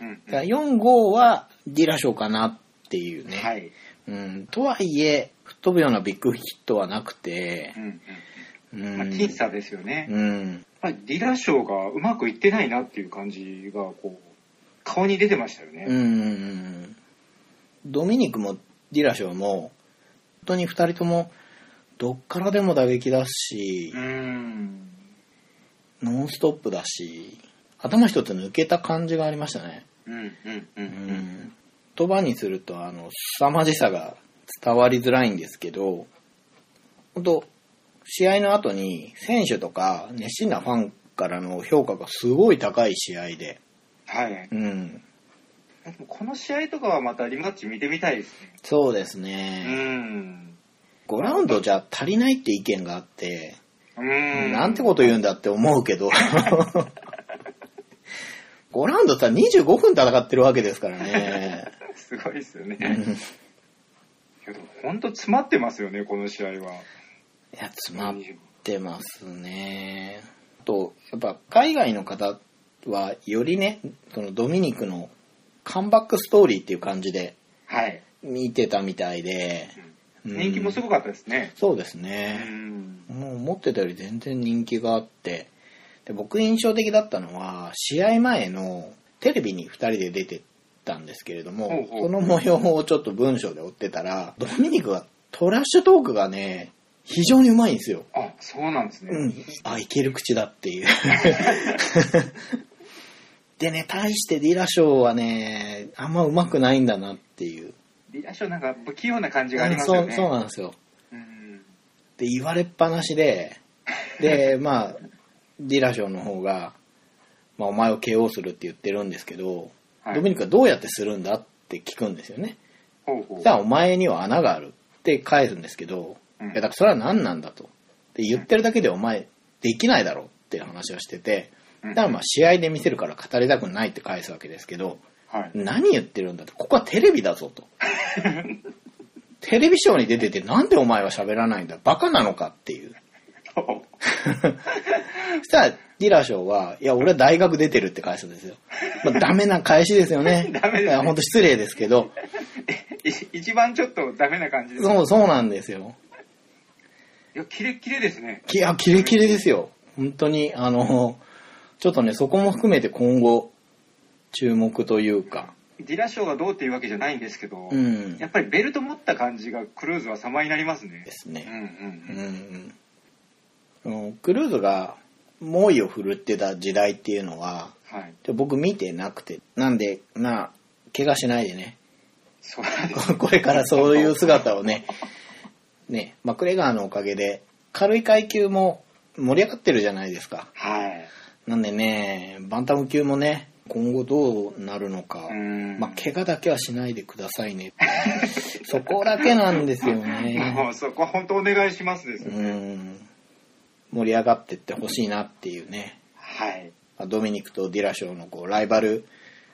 Speaker 2: うんうん。
Speaker 1: だから4、5はディラ賞かなっていうね。
Speaker 2: はい。
Speaker 1: うん、とはいえ、吹っ飛ぶようなビッグヒットはなくて
Speaker 2: う、ん
Speaker 1: う。
Speaker 2: うんん。まあ、僅差ですよね。
Speaker 1: うん。
Speaker 2: やっぱりディラショーがうまくいってないなっていう感じが、こう、顔に出てましたよね。
Speaker 1: うんうんうん。ドミニクもディラ賞も、本当に2人とも、どっからでも打撃だし
Speaker 2: う、ん。
Speaker 1: ノンストップだし、頭一つ抜けた感じがありましたね。
Speaker 2: うんうんう
Speaker 1: うんん。言葉にすると、あの、凄まじさが伝わりづらいんですけど、本当試合の後に選手とか熱心なファンからの評価がすごい高い試合で、
Speaker 2: はい。
Speaker 1: うん。
Speaker 2: でもこの試合とかはまたリマッチ見てみたいですね。
Speaker 1: そうです
Speaker 2: う
Speaker 1: ね。
Speaker 2: ん。
Speaker 1: 5ラウンドじゃ足りないって意見があって、
Speaker 2: うん。
Speaker 1: なんてこと言うんだって思うけど、5ラウンドさ、25分戦ってるわけですからね。
Speaker 2: すごいですよね。
Speaker 1: うん
Speaker 2: いやでも本当詰まってますよね、この試合は。
Speaker 1: いや、詰まっってますね。あと、やっぱ海外の方はよりね、そのドミニクのカムバックストーリーっていう感じで
Speaker 2: はい。
Speaker 1: 見てたみたいで、うん
Speaker 2: 人気もすごかったですね。
Speaker 1: そうです
Speaker 2: う
Speaker 1: ね。
Speaker 2: ん。
Speaker 1: もう思ってたより全然人気があって、で僕印象的だったのは、試合前のテレビに2人で出てたんですけれども、
Speaker 2: ほうほう
Speaker 1: その模様をちょっと文章で追ってたら、ドミニクがトラッシュトークがね、非常にうまいんですよ。
Speaker 2: あ、そうなんですね。
Speaker 1: うん、あ、いける口だって いう。でね、対してディラショーはね、あんま上手くないんだなっていう。
Speaker 2: リラショなんか不器用な感じがありますよ
Speaker 1: うん
Speaker 2: ね。
Speaker 1: そうそうなんですよ。
Speaker 2: うん
Speaker 1: で、言われっぱなしで、 で、まあ、ディラショーの方が、まあ、お前を KO するって言ってるんですけど、
Speaker 2: はい
Speaker 1: ドミニクはどうやってするんだって聞くんですよね。
Speaker 2: ほうほう。
Speaker 1: じゃあ、お前には穴があるって返すんですけど、
Speaker 2: うん
Speaker 1: いや、だからそれは何なんだと。で、言ってるだけでお前、できないだろうっていう話をしてて、
Speaker 2: うん
Speaker 1: だからまあ試合で見せるから語りたくないって返すわけですけど、
Speaker 2: はい。
Speaker 1: 何言ってるんだって、ここはテレビだぞ と。テレビショーに出てて、なんでお前は喋らないんだバカなのかっていう。そしたら、ディラショーは、いや、俺は大学出てるって返すんですよ。まあ、ダメな返しですよね。
Speaker 2: ダメですね
Speaker 1: いや本当失礼ですけど、
Speaker 2: い一番ちょっとダメな感じです。い
Speaker 1: そう、そうなんですよ。
Speaker 2: や、キレッキレですね。
Speaker 1: いや、キレキレですよ。本当に、あの、ちょっとね、そこも含めて今後、注目というか。
Speaker 2: ディラショーがどうっていうわけじゃないんですけど、
Speaker 1: うん。
Speaker 2: や
Speaker 1: で
Speaker 2: っぱりベルト持った感じがクルーズは様になりますね。
Speaker 1: す
Speaker 2: うん
Speaker 1: ね。う
Speaker 2: うん
Speaker 1: んうん。クルーズが猛威を振るってた時代っていうのは、
Speaker 2: うん。はい。
Speaker 1: ちょ僕見てなくて、なんで、まあ、怪我しないでね、
Speaker 2: そうなんです。
Speaker 1: これからそういう姿をね、ね、マクレガーのおかげで、軽い階級も盛り上がってるじゃないですか。
Speaker 2: はい。
Speaker 1: なんでね、バンタム級もね、今後どうなるのか、
Speaker 2: うん。
Speaker 1: まあ、怪我だけはしないでくださいね。 そこだけなんですよ
Speaker 2: も
Speaker 1: ね。
Speaker 2: うそこは本当お願いしますです。
Speaker 1: うん。盛り上がってってほしいなっていうね。
Speaker 2: はい。
Speaker 1: まあドミニクとディラショーのこうライバル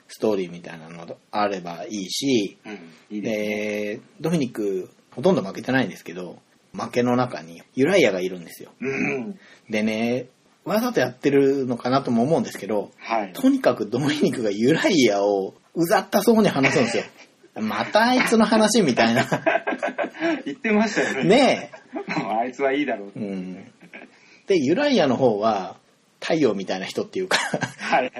Speaker 1: ストーリーみたいなのがあればいいし、
Speaker 2: うん。いいですね。
Speaker 1: で、ドミニクほとんど負けてないんですけど、負けの中にユライアがいるんですよ。
Speaker 2: うん。
Speaker 1: でね、わざとやってるのかなとも思うんですけど、
Speaker 2: はい。
Speaker 1: とにかくドミニクがユライアをうざったそうに話すんですよ。またあいつの話みたいな。
Speaker 2: 言ってましたよね。
Speaker 1: ね
Speaker 2: もうあいつはいいだろう
Speaker 1: え。う。ん。で、ユライアの方は、太陽みたいな人っていうか、
Speaker 2: はい。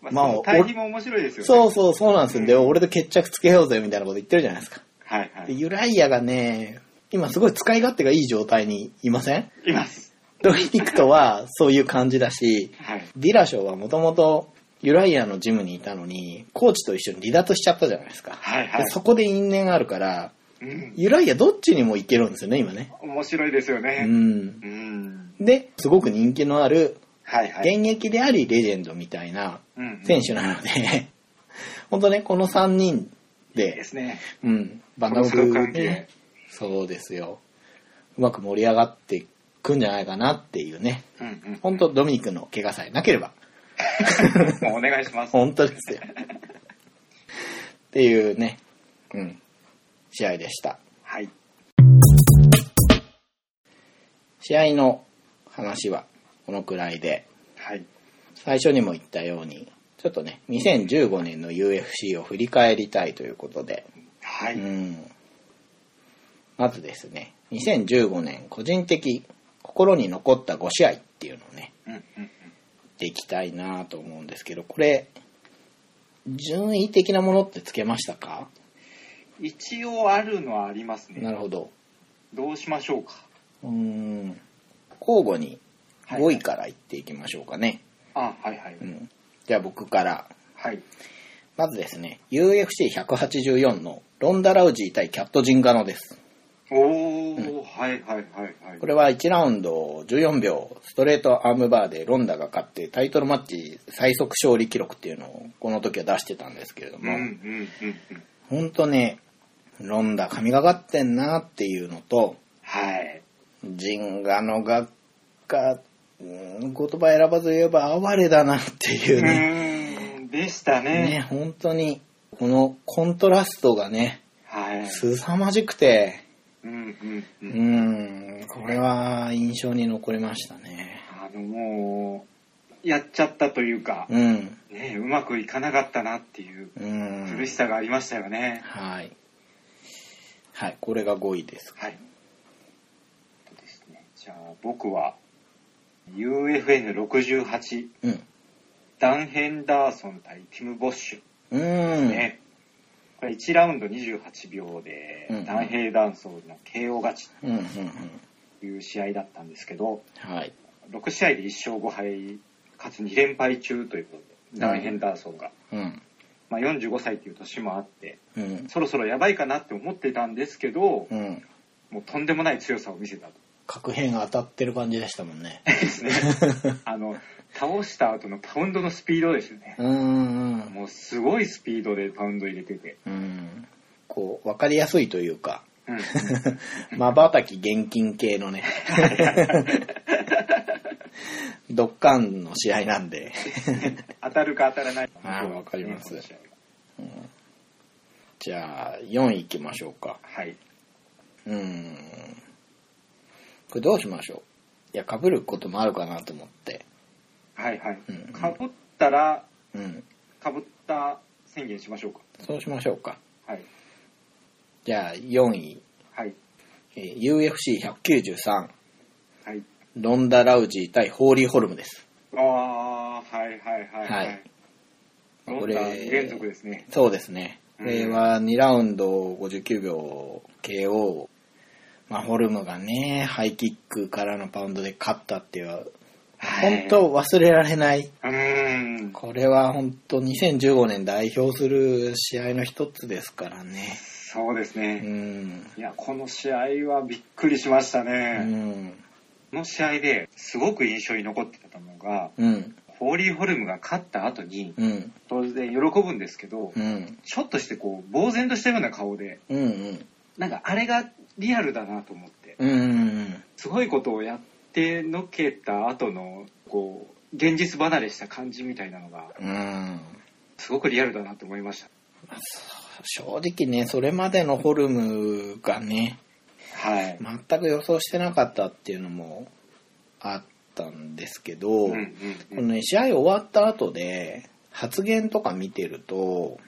Speaker 1: ま
Speaker 2: ま
Speaker 1: あ
Speaker 2: あ、その対比も面白いですよね。う。
Speaker 1: そうそうそうなんですよ。で、俺と決着つけようぜみたいなこと言ってるじゃないですか。
Speaker 2: はいは
Speaker 1: で、
Speaker 2: い。
Speaker 1: ユライアがね、今すごい使い勝手がいい状態にいません
Speaker 2: います。
Speaker 1: ドミニクとはそういう感じだし、
Speaker 2: はい。
Speaker 1: ディラショーはもともとユライアのジムにいたのに、コーチと一緒に離脱しちゃったじゃないですか。
Speaker 2: はいはい
Speaker 1: で。そこで因縁があるから、
Speaker 2: うん。
Speaker 1: ユライアどっちにも行けるんですよね、今ね。
Speaker 2: 面白いですよ
Speaker 1: う
Speaker 2: ね。
Speaker 1: ん。
Speaker 2: うん。
Speaker 1: で、すごく人気のある、
Speaker 2: はいはい。
Speaker 1: 現役でありレジェンドみたいな
Speaker 2: うん
Speaker 1: 選手なので、 本当ね、この3人
Speaker 2: いいで
Speaker 1: で、
Speaker 2: すね。
Speaker 1: うん、バンダ
Speaker 2: の
Speaker 1: ム
Speaker 2: 相
Speaker 1: ク
Speaker 2: 関
Speaker 1: ね
Speaker 2: 係。
Speaker 1: そうですよ。うまく盛り上がっていくんじゃないかなっていうね。
Speaker 2: うんうん。
Speaker 1: 本当ドミニクの怪我さえなければ。
Speaker 2: もうお願いします。
Speaker 1: 本当ですよ。 っていうね、うん、試合でした。
Speaker 2: はい。
Speaker 1: 試合の話はこのくらいで、
Speaker 2: はい。
Speaker 1: 最初にも言ったように、ちょっとね、2015年の UFC を振り返りたいということで、
Speaker 2: は
Speaker 1: う
Speaker 2: い。
Speaker 1: ん。まずですね、2015年個人的心に残った5試合っていうのをね、
Speaker 2: うんうん。
Speaker 1: でいきたいなと思うんですけど、これ、順位的なものってつけましたか
Speaker 2: 一応あるのはありますね。
Speaker 1: なるほど。
Speaker 2: どうしましょうか。
Speaker 1: うーん。交互に
Speaker 2: はい
Speaker 1: 5位からいっていきましょうかね。
Speaker 2: あ、はいはい。
Speaker 1: うん。じゃあ僕から
Speaker 2: はい。
Speaker 1: まずですね、UFC184 のロンダ・ラウジー対キャット・ジンガノです。
Speaker 2: おー、はいはいはいはい。
Speaker 1: これは1ラウンド14秒、ストレートアームバーでロンダが勝ってタイトルマッチ最速勝利記録っていうのをこの時は出してたんですけれど
Speaker 2: うん
Speaker 1: も、
Speaker 2: うんうんうん。
Speaker 1: ほんとね、ロンダ神がかってんなっていうのと、
Speaker 2: はい。
Speaker 1: ジンガノが、が、うん言葉選ばず言えば哀れだなっていう
Speaker 2: う
Speaker 1: ね、
Speaker 2: ーん、でした
Speaker 1: ね
Speaker 2: ね。、
Speaker 1: 本当に、このコントラストがね、
Speaker 2: はい。
Speaker 1: 凄まじくて、
Speaker 2: うんう
Speaker 1: う
Speaker 2: んう。
Speaker 1: んん、これは印象に残りましたね。
Speaker 2: あの、もう、やっちゃったというか、
Speaker 1: うん、
Speaker 2: ね、うまくいかなかったなっていう
Speaker 1: うん。
Speaker 2: 苦しさがありましたよね。
Speaker 1: はい。はい、これが5位です。
Speaker 2: はい。そうですね。じゃあ、僕は、UFN68、
Speaker 1: うん。
Speaker 2: ダン・ヘンダーソン対ティム・ボッシュ。
Speaker 1: うん。
Speaker 2: ね。これ1ラウンド28秒で、
Speaker 1: うん
Speaker 2: ダンヘイダンソーの KO 勝ち
Speaker 1: うん、うん、うん。
Speaker 2: という試合だったんですけど、
Speaker 1: はい。
Speaker 2: 6試合で1勝5敗、かつ2連敗中ということで、ダンヘンダーソンが、
Speaker 1: うん。
Speaker 2: まあ、45歳という年もあって、
Speaker 1: うん。
Speaker 2: そろそろやばいかなって思ってたんですけど、
Speaker 1: うん。
Speaker 2: もうとんでもない強さを見せたと。
Speaker 1: 核兵が当たってる感じでしたもんね。
Speaker 2: で すね。あの、倒した後のパウンドのスピードですよね。
Speaker 1: うん、うん。
Speaker 2: もうすごいスピードでパウンド入れてて。
Speaker 1: うん。こう、わかりやすいというか、
Speaker 2: うん。
Speaker 1: まばたき現金系のね、 ドッカンの試合なんで、
Speaker 2: 当たるか当たらないか。
Speaker 1: あーわかります
Speaker 2: この試合は
Speaker 1: じゃあ4位行きましょうか。
Speaker 2: はい。
Speaker 1: うーん。これどうしましょういや、被ることもあるかなと思って。
Speaker 2: はいはい
Speaker 1: うんうん。
Speaker 2: かぶったら、
Speaker 1: うん。
Speaker 2: かぶった宣言しましょうか。
Speaker 1: そうしましょうか。
Speaker 2: はい。
Speaker 1: じゃあ4位、
Speaker 2: はい。
Speaker 1: えー UFC193、
Speaker 2: はい。
Speaker 1: ロンダ・ラウジー対ホーリー・ホルムです。
Speaker 2: ああー、はいはいはいは
Speaker 1: はい
Speaker 2: い。
Speaker 1: こ
Speaker 2: こ
Speaker 1: れ
Speaker 2: れ連続ですね。
Speaker 1: そうですね。これは2ラウンド59秒 KO。まあ、ホルムがね、ハイキックからのパウンドで勝ったっていう、本
Speaker 2: はい
Speaker 1: 当忘れられない。
Speaker 2: うーん。
Speaker 1: これは本当2015年代表する試合の一つですからね。
Speaker 2: そうです
Speaker 1: う
Speaker 2: ね。
Speaker 1: ん。
Speaker 2: いや、この試合はびっくりしました
Speaker 1: う
Speaker 2: ね。
Speaker 1: ん。
Speaker 2: この試合ですごく印象に残ってたのが、
Speaker 1: うん。
Speaker 2: ホーリーホルムが勝った後に、
Speaker 1: うん。
Speaker 2: 当然喜ぶんですけど
Speaker 1: う、ん。
Speaker 2: ちょっとしてこう、呆然としたような顔で、
Speaker 1: うん。うん。
Speaker 2: なんかあれがリアルだなと思って。
Speaker 1: うん。うん。
Speaker 2: すごいことをやってのけた後のこう現実離れした感じみたいなのが
Speaker 1: うん。
Speaker 2: すごくリアルだなと思いました
Speaker 1: 正直ね、それまでのホルムがね、
Speaker 2: はい
Speaker 1: 全く予想してなかったっていうのもあっったんですけど、
Speaker 2: うんうん
Speaker 1: こ
Speaker 2: うん
Speaker 1: のね、試合終わった後で、発言とか見てると、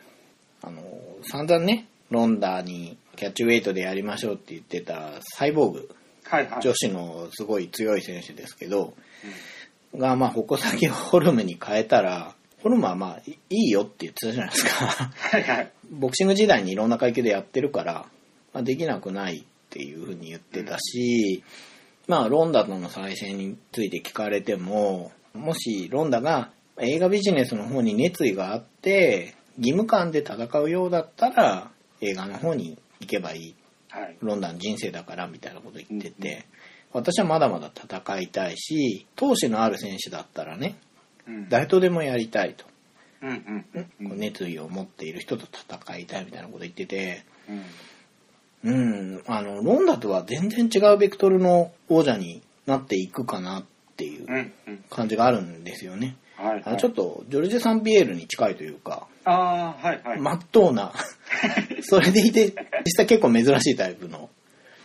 Speaker 1: あの、散々ね、ロンダーにキャッチウェイトでやりましょうって言ってたサイボーグ、
Speaker 2: はいはい。
Speaker 1: 女子のすごい強い選手ですけど、が、まあ、矛先をホルムに変えたら、ホルムはまあ、いいいよって言ってたじゃないですか。
Speaker 2: はいはい。
Speaker 1: ボクシング時代にいろんな階級でやってるから、まあ、できなくないっていうふうに言ってたし、まあ、ロンダとの再戦について聞かれても、もしロンダが映画ビジネスの方に熱意があって、義務感で戦うようだったら、映画の方に行けばいい。
Speaker 2: はい。
Speaker 1: ロンダの人生だからみたいなこと言ってて、私はまだまだ戦いたいし、闘志のある選手だったらね、
Speaker 2: うん
Speaker 1: 誰とでもやりたいと。
Speaker 2: うんうんうん
Speaker 1: こう熱意を持っている人と戦いたいみたいなこと言ってて、
Speaker 2: うん
Speaker 1: うん、あの、ロンダとは全然違うベクトルの王者になっていくかなっていう
Speaker 2: うんうん。
Speaker 1: 感じがあるんですよね。
Speaker 2: はい
Speaker 1: あ
Speaker 2: は
Speaker 1: の
Speaker 2: い。
Speaker 1: ちょっと、ジョルジェ・サンピエールに近いというか、
Speaker 2: ああ、はいはい。
Speaker 1: まっとうな、 それでいて、実際結構珍しいタイプの、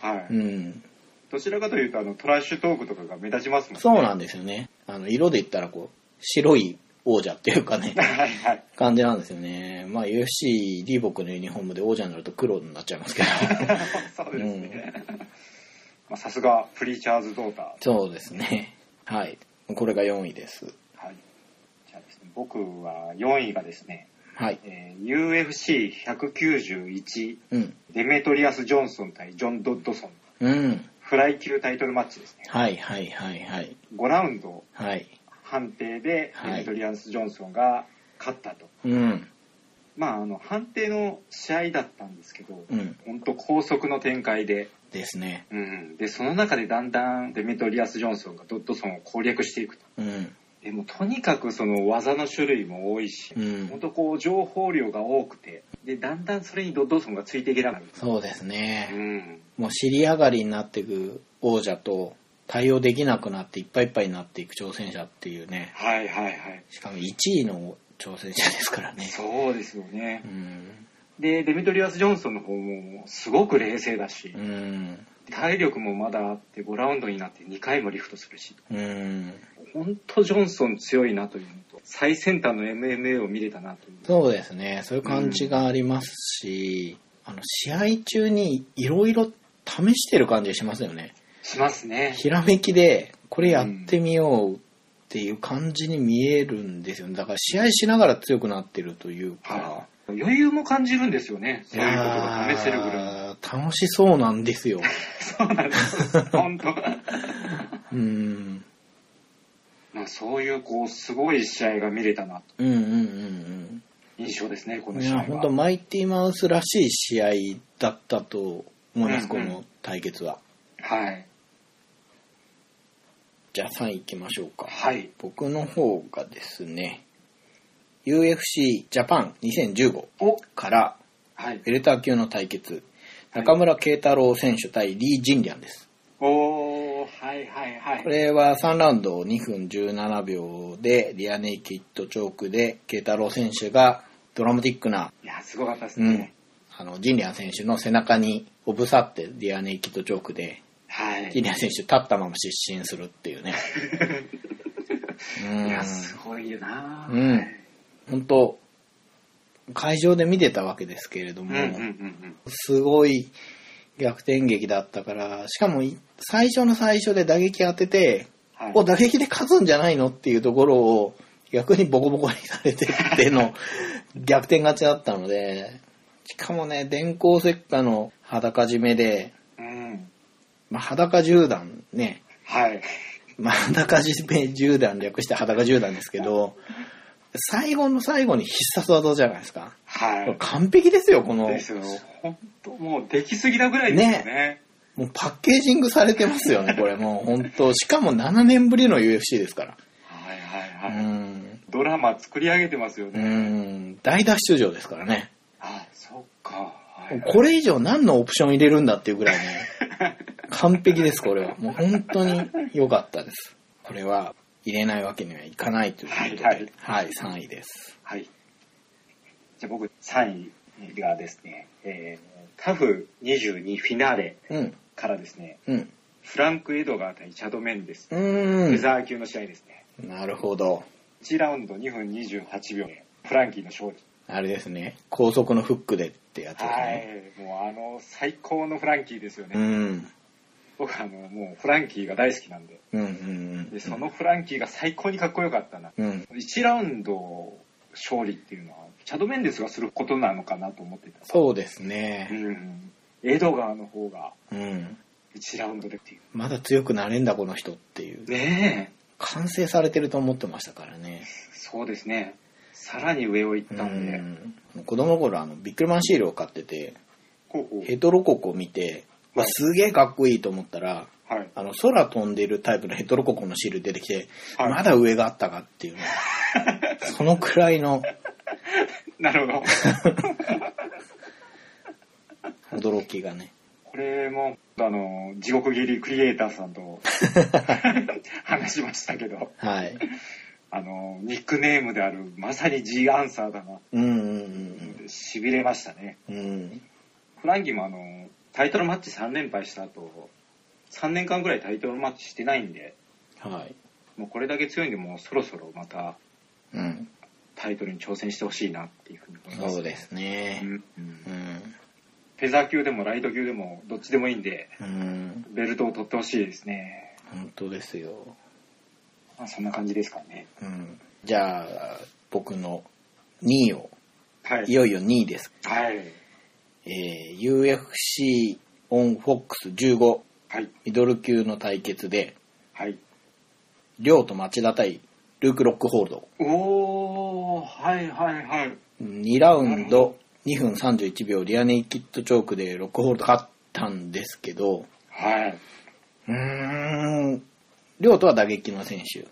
Speaker 2: は
Speaker 1: う
Speaker 2: い。
Speaker 1: ん、
Speaker 2: どちらかというと、あの、トラッシュトークとかが目立ちますもんね。
Speaker 1: そうなんですよね。あの、色で言ったらこう、白い王者っていうかね、
Speaker 2: はいはい。
Speaker 1: 感じなんですよね。まあ、UFC、リーボックのユニフォームで王者になると黒になっちゃいますけど。
Speaker 2: そうですね。まあさすが、プリーチャーズドーター。
Speaker 1: そうですね。はい。これが4位です。
Speaker 2: はい。じゃあですね、僕は4位がですね、
Speaker 1: はい。
Speaker 2: えー UFC191
Speaker 1: うん。
Speaker 2: デメトリアス・ジョンソン対ジョン・ドッドソン
Speaker 1: うん。
Speaker 2: フライ級タイトルマッチですね
Speaker 1: はいはいはいはい。
Speaker 2: 5ラウンド
Speaker 1: はい。
Speaker 2: 判定でデ
Speaker 1: はい
Speaker 2: メトリアス・ジョンソンが勝ったと、
Speaker 1: うん。
Speaker 2: まああの判定の試合だったんですけど、
Speaker 1: うん。
Speaker 2: 本当高速の展開で,、
Speaker 1: ですね。
Speaker 2: うん、でその中でだんだんデメトリアス・ジョンソンがドッドソンを攻略していくと
Speaker 1: うん。
Speaker 2: でもとにかくその技の種類も多いし、
Speaker 1: うん
Speaker 2: 本当こう情報量が多くてでだんだんそれにドッドソンがついていけなかった
Speaker 1: そうです
Speaker 2: う
Speaker 1: ね。
Speaker 2: ん
Speaker 1: もう尻上がりになっていく王者と対応できなくなっていっぱいいっぱいになっていく挑戦者っていうね。
Speaker 2: はいはいはい。
Speaker 1: しかも1位の挑戦者ですからね。
Speaker 2: そうですよね
Speaker 1: う。ん。
Speaker 2: で、デミトリアス・ジョンソンの方も、すごく冷静だし
Speaker 1: う、ん。
Speaker 2: 体力もまだあって、5ラウンドになって2回もリフトするし、
Speaker 1: うん。
Speaker 2: 本当ジョンソン強いなというのと、最先端の MMA を見れたなという。
Speaker 1: そうですね。そういう感じがありますし、あの、試合中にいろいろ試してる感じがしますよね。
Speaker 2: しますね。
Speaker 1: ひらめきで、これやってみようっていう感じに見えるんですよね。だから試合しながら強くなってるという
Speaker 2: は
Speaker 1: か、
Speaker 2: い。余裕も感じるんですよね。そういうことが試せるぐらい。
Speaker 1: やー楽しそうなんですよ。
Speaker 2: そうなんです。本当。
Speaker 1: うん。
Speaker 2: まあそういう、こう、すごい試合が見れたな、
Speaker 1: うんうんうん
Speaker 2: 印象ですね、こ
Speaker 1: う
Speaker 2: の
Speaker 1: ん。い
Speaker 2: 試合
Speaker 1: や、
Speaker 2: は。
Speaker 1: 本当マイティマウスらしい試合だったと思います、
Speaker 2: うんうん
Speaker 1: この対決は。
Speaker 2: はい。
Speaker 1: じゃあ3位行きましょうか。
Speaker 2: はい。
Speaker 1: 僕の方がですね、UFC ジャパン2015
Speaker 2: お
Speaker 1: から、
Speaker 2: はい
Speaker 1: ウ。ェルター級の対決、中村慶太郎選手対リー・ジンリャンです。
Speaker 2: おー、はいはいはい。
Speaker 1: これは3ラウンド2分17秒で、リアネイキッドチョークで、慶太郎選手がドラマティックな、
Speaker 2: いや、すごかったです
Speaker 1: うん
Speaker 2: ね。
Speaker 1: あの、ジンリャン選手の背中におぶさってリアネイキッドチョークで、
Speaker 2: は
Speaker 1: ジン
Speaker 2: い。
Speaker 1: リャン選手立ったまま失神するって いうね。うん
Speaker 2: いや、すごいよなぁ
Speaker 1: うん本当会場で見てたわけですけれど
Speaker 2: うん
Speaker 1: も、
Speaker 2: うんうん
Speaker 1: すごい逆転劇だったから、しかもい最初の最初で打撃当てて、
Speaker 2: はい
Speaker 1: お打撃で勝つんじゃないのっていうところを逆にボコボコにされてって の逆転勝ちだったので、しかもね、電光石火の裸締めで、
Speaker 2: うん。
Speaker 1: まあ、裸銃弾ね、
Speaker 2: はい。
Speaker 1: まあ、裸締め銃弾略して裸銃弾ですけど、最後の最後に必殺技じゃないですか。これ
Speaker 2: は
Speaker 1: 完璧ですよ、こ
Speaker 2: い。
Speaker 1: の。
Speaker 2: ですよ。本当もう、出来すぎなぐらいですよね。
Speaker 1: もうパッケージングされてますよね、これもう本当。しかも7年ぶりの UFC ですから。
Speaker 2: はい
Speaker 1: う
Speaker 2: はいはい。
Speaker 1: ん。
Speaker 2: ドラマ作り上げてますよ
Speaker 1: う
Speaker 2: ね。
Speaker 1: ん。大脱出場ですからね。
Speaker 2: あ、そっか。はい
Speaker 1: これ以上何のオプション入れるんだっていうぐらいね。完璧です、これは。もう本当に良かったです。これは入れないわけにはいかないということで。
Speaker 2: はいはい
Speaker 1: はい、3位です。
Speaker 2: はい。じゃあ僕、3位がですね、えータフ22フィナーレ
Speaker 1: うん。
Speaker 2: からですね、
Speaker 1: うん。
Speaker 2: フランク・エドガー対チャド・メンデス、
Speaker 1: う
Speaker 2: フェ
Speaker 1: ー
Speaker 2: ザー級の試合ですね
Speaker 1: ん。なるほど。
Speaker 2: 1ラウンド2分28秒でフランキーの勝利
Speaker 1: あれですね。高速のフックでってやつです
Speaker 2: は
Speaker 1: ね。
Speaker 2: いもうあの最高のフランキーですよね、
Speaker 1: うん。
Speaker 2: 僕あのもうフランキーが大好きなんで
Speaker 1: うんうん
Speaker 2: でそのフランキーが最高にかっこよかったな
Speaker 1: うん。うん。
Speaker 2: 1ラウンド勝利っていうのはチャド・メンデスがすることなのかなと思ってた
Speaker 1: そうです
Speaker 2: う
Speaker 1: ね。
Speaker 2: んエドガーの方が
Speaker 1: うん。
Speaker 2: 1ラウンドでってい
Speaker 1: まだ強くなれんだ、この人っていう
Speaker 2: う。ねえ
Speaker 1: 完成されてると思ってましたからね。
Speaker 2: そうですねさらに上を行ったんで、
Speaker 1: うん子供の頃あのビックリマンシールを買ってて
Speaker 2: ほうほう
Speaker 1: ヘトロココ見て、わすげえかっこいいと思ったら
Speaker 2: はい
Speaker 1: あの空飛んでるタイプのヘトロココのシール出てきて、
Speaker 2: はい
Speaker 1: まだ上があったかっていう ねそのくらいの
Speaker 2: なるほど
Speaker 1: 驚きがね
Speaker 2: これもあの地獄切りクリエイターさん と話しましたけど
Speaker 1: はい
Speaker 2: あのニックネームであるまさに G アンサーだな
Speaker 1: うんうん
Speaker 2: しびれましたね
Speaker 1: うんうん
Speaker 2: フランキーもあのタイトルマッチ3連敗した後3年間ぐらいタイトルマッチしてないんで
Speaker 1: はい
Speaker 2: もうこれだけ強いんでもうそろそろまた
Speaker 1: うん
Speaker 2: タイトルに挑戦してほしいなっていうふうに思います
Speaker 1: そうです
Speaker 2: う
Speaker 1: ね
Speaker 2: んう
Speaker 1: う
Speaker 2: ん
Speaker 1: ん
Speaker 2: フェザー級でもライト級でもどっちでもいいんで
Speaker 1: うん
Speaker 2: ベルトを取ってほしいですね、
Speaker 1: 本当ですよ
Speaker 2: まあ、そんな感じですかね
Speaker 1: うんじゃあ僕の2位を
Speaker 2: はい
Speaker 1: いよいよ2位です
Speaker 2: はい
Speaker 1: えー UFC オンフォックス15
Speaker 2: はい
Speaker 1: ミドル級の対決で、
Speaker 2: はい
Speaker 1: リョウと町田対ルーク・ロックホールド。
Speaker 2: おーはいはいはい
Speaker 1: 2ラウンド2分31秒リアネイキッドチョークでロックホールド勝ったんですけど、
Speaker 2: はい
Speaker 1: リョウとは打撃の選手。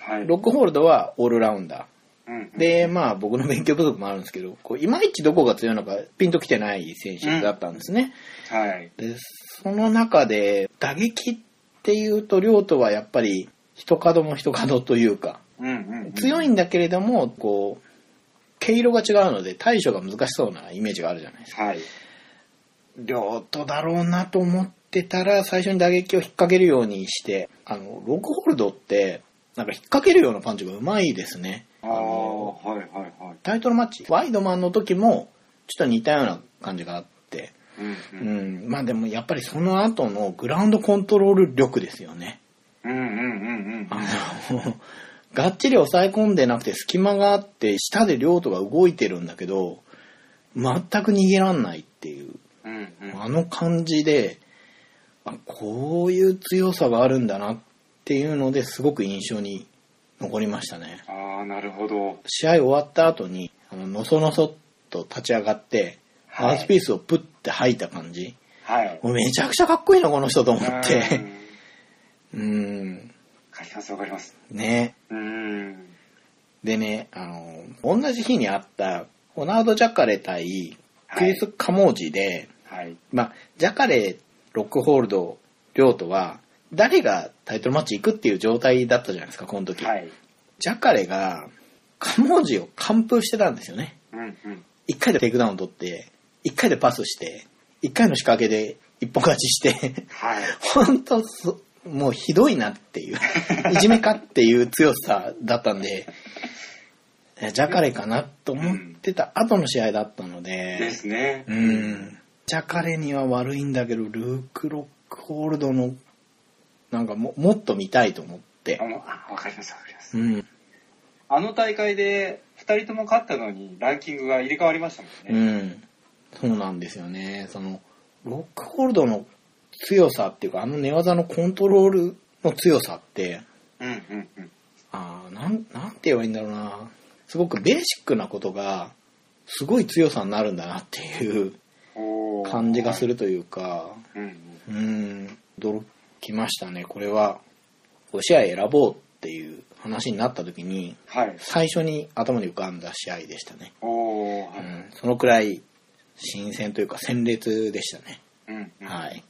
Speaker 2: はい
Speaker 1: ロックホールドはオールラウンダ
Speaker 2: うんうん
Speaker 1: ー。で、まあ僕の勉強不足もあるんですけど、こういまいちどこが強いのかピンときてない選手だったんですね。
Speaker 2: はい
Speaker 1: でその中で打撃っていうと亮とはやっぱり一角も一角というか
Speaker 2: うんうん、うん、
Speaker 1: 強いんだけれどもこう毛色が違うので対処が難しそうなイメージがあるじゃないですか
Speaker 2: はい
Speaker 1: 亮とだろうなと思ってたら最初に打撃を引っ掛けるようにしてあのロックホールドってなんか引っ掛けるようなパンチがうまいですね
Speaker 2: ああはいはいはい
Speaker 1: タイトルマッチワイドマンの時もちょっと似たような感じがあって
Speaker 2: うん
Speaker 1: う、ん、まあでもやっぱりその後のグラウンドコントロール力ですよね。
Speaker 2: うんうんうんうん
Speaker 1: あの、 がっちり抑え込んでなくて隙間があって下で両とが動いてるんだけど、全く逃げらんないっていう、
Speaker 2: うんうん
Speaker 1: あの感じで、あこういう強さがあるんだなっていうのですごく印象に残りましたね。
Speaker 2: ああなるほど
Speaker 1: 試合終わった後に、あの、のそのそっと立ち上がって、
Speaker 2: はい
Speaker 1: ハウスピースをプッて吐いた感じ。
Speaker 2: はい
Speaker 1: もうめちゃくちゃかっこいいな、この人と思っ
Speaker 2: う
Speaker 1: て。
Speaker 2: ん
Speaker 1: うん。
Speaker 2: わかりますわかります
Speaker 1: ね。
Speaker 2: うん
Speaker 1: でね、あの、同じ日にあった、ホナード・ジャカレ対クリス・カモージで、
Speaker 2: はい
Speaker 1: まあ、ジャカレ、ロックホールド、リョートは、誰がタイトルマッチ行くっていう状態だったじゃないですか、この時。
Speaker 2: はい
Speaker 1: ジャカレが、カモージを完封してたんですよね。
Speaker 2: うんうん
Speaker 1: 1回でテイクダウン取って、1回でパスして、1回の仕掛けで一本勝ちして、
Speaker 2: はい
Speaker 1: 本当そもうひどいなっていういじめかっていう強さだったんでえジャカレかなと思ってた後の試合だったの
Speaker 2: で
Speaker 1: です
Speaker 2: ね
Speaker 1: うんジャカレには悪いんだけどルーク・ロックホールドのなんかももっと見たいと思って
Speaker 2: あ、もうあわかりますわかります
Speaker 1: うん
Speaker 2: あの大会で2人とも勝ったのにランキングが入れ替わりましたもん
Speaker 1: う
Speaker 2: ね、
Speaker 1: ん、そうなんですよねそのロックホールドの強さっていうかあの寝技のコントロールの強さって
Speaker 2: うん、うんうん
Speaker 1: あーなんなんて言えばいいんだろうなすごくベーシックなことがすごい強さになるんだなっていう
Speaker 2: おー
Speaker 1: 感じがす、るというか
Speaker 2: うんうん、
Speaker 1: うん驚きましたねこれは5試合選ぼうっていう話になった時に
Speaker 2: はい
Speaker 1: 最初に頭に浮かんだ試合でしたね、
Speaker 2: お
Speaker 1: う
Speaker 2: おはい
Speaker 1: ん、そのくらい新鮮というか鮮烈でしたね
Speaker 2: うんうんはい
Speaker 1: はい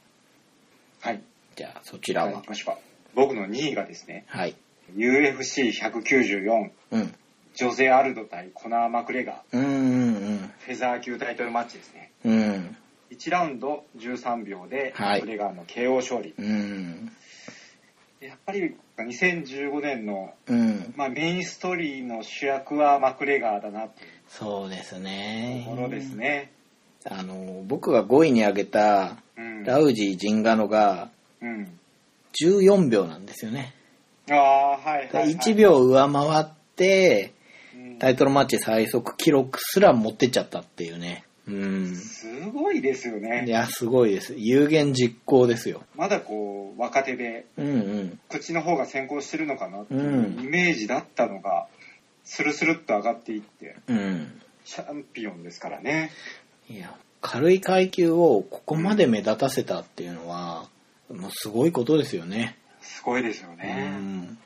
Speaker 2: はい
Speaker 1: じゃあそちら
Speaker 2: 行
Speaker 1: は
Speaker 2: きましょうか僕の2位がですね
Speaker 1: はい
Speaker 2: UFC194
Speaker 1: うん
Speaker 2: ジョゼ・アルド対コナー・マクレガー
Speaker 1: うんうん
Speaker 2: フェザー級タイトルマッチですね
Speaker 1: うんうん
Speaker 2: 1ラウンド13秒で、
Speaker 1: はい
Speaker 2: トリガーの KO 勝利。
Speaker 1: うん。
Speaker 2: やっぱり2015年の、
Speaker 1: うん。
Speaker 2: まあ、メインストーリーの主役はマクレガーだなって
Speaker 1: そうです
Speaker 2: いう
Speaker 1: ね。
Speaker 2: ところです。ね。
Speaker 1: あの、僕が5位に挙げた、
Speaker 2: うん。
Speaker 1: ラウジー・ジンガノが
Speaker 2: うん。
Speaker 1: 14秒なんですよね。
Speaker 2: ああ、はいはい、はい。
Speaker 1: 1秒上回って、
Speaker 2: うん
Speaker 1: タイトルマッチ最速記録すら持ってっちゃったっていうね。うん。
Speaker 2: すごいですよ
Speaker 1: い
Speaker 2: ね。
Speaker 1: や、すごいです。有言実行ですよ。
Speaker 2: まだこう、若手で、
Speaker 1: うんうん。
Speaker 2: 口の方が先行してるのかなって
Speaker 1: うん
Speaker 2: いうイメージだったのが、スルスルっと上がっていって、
Speaker 1: うん。
Speaker 2: チャンピオンですからね。
Speaker 1: いや、軽い階級をここまで目立たせたっていうのは、もうすごいことですよね。
Speaker 2: すごいですよ
Speaker 1: う
Speaker 2: ね。
Speaker 1: ん。。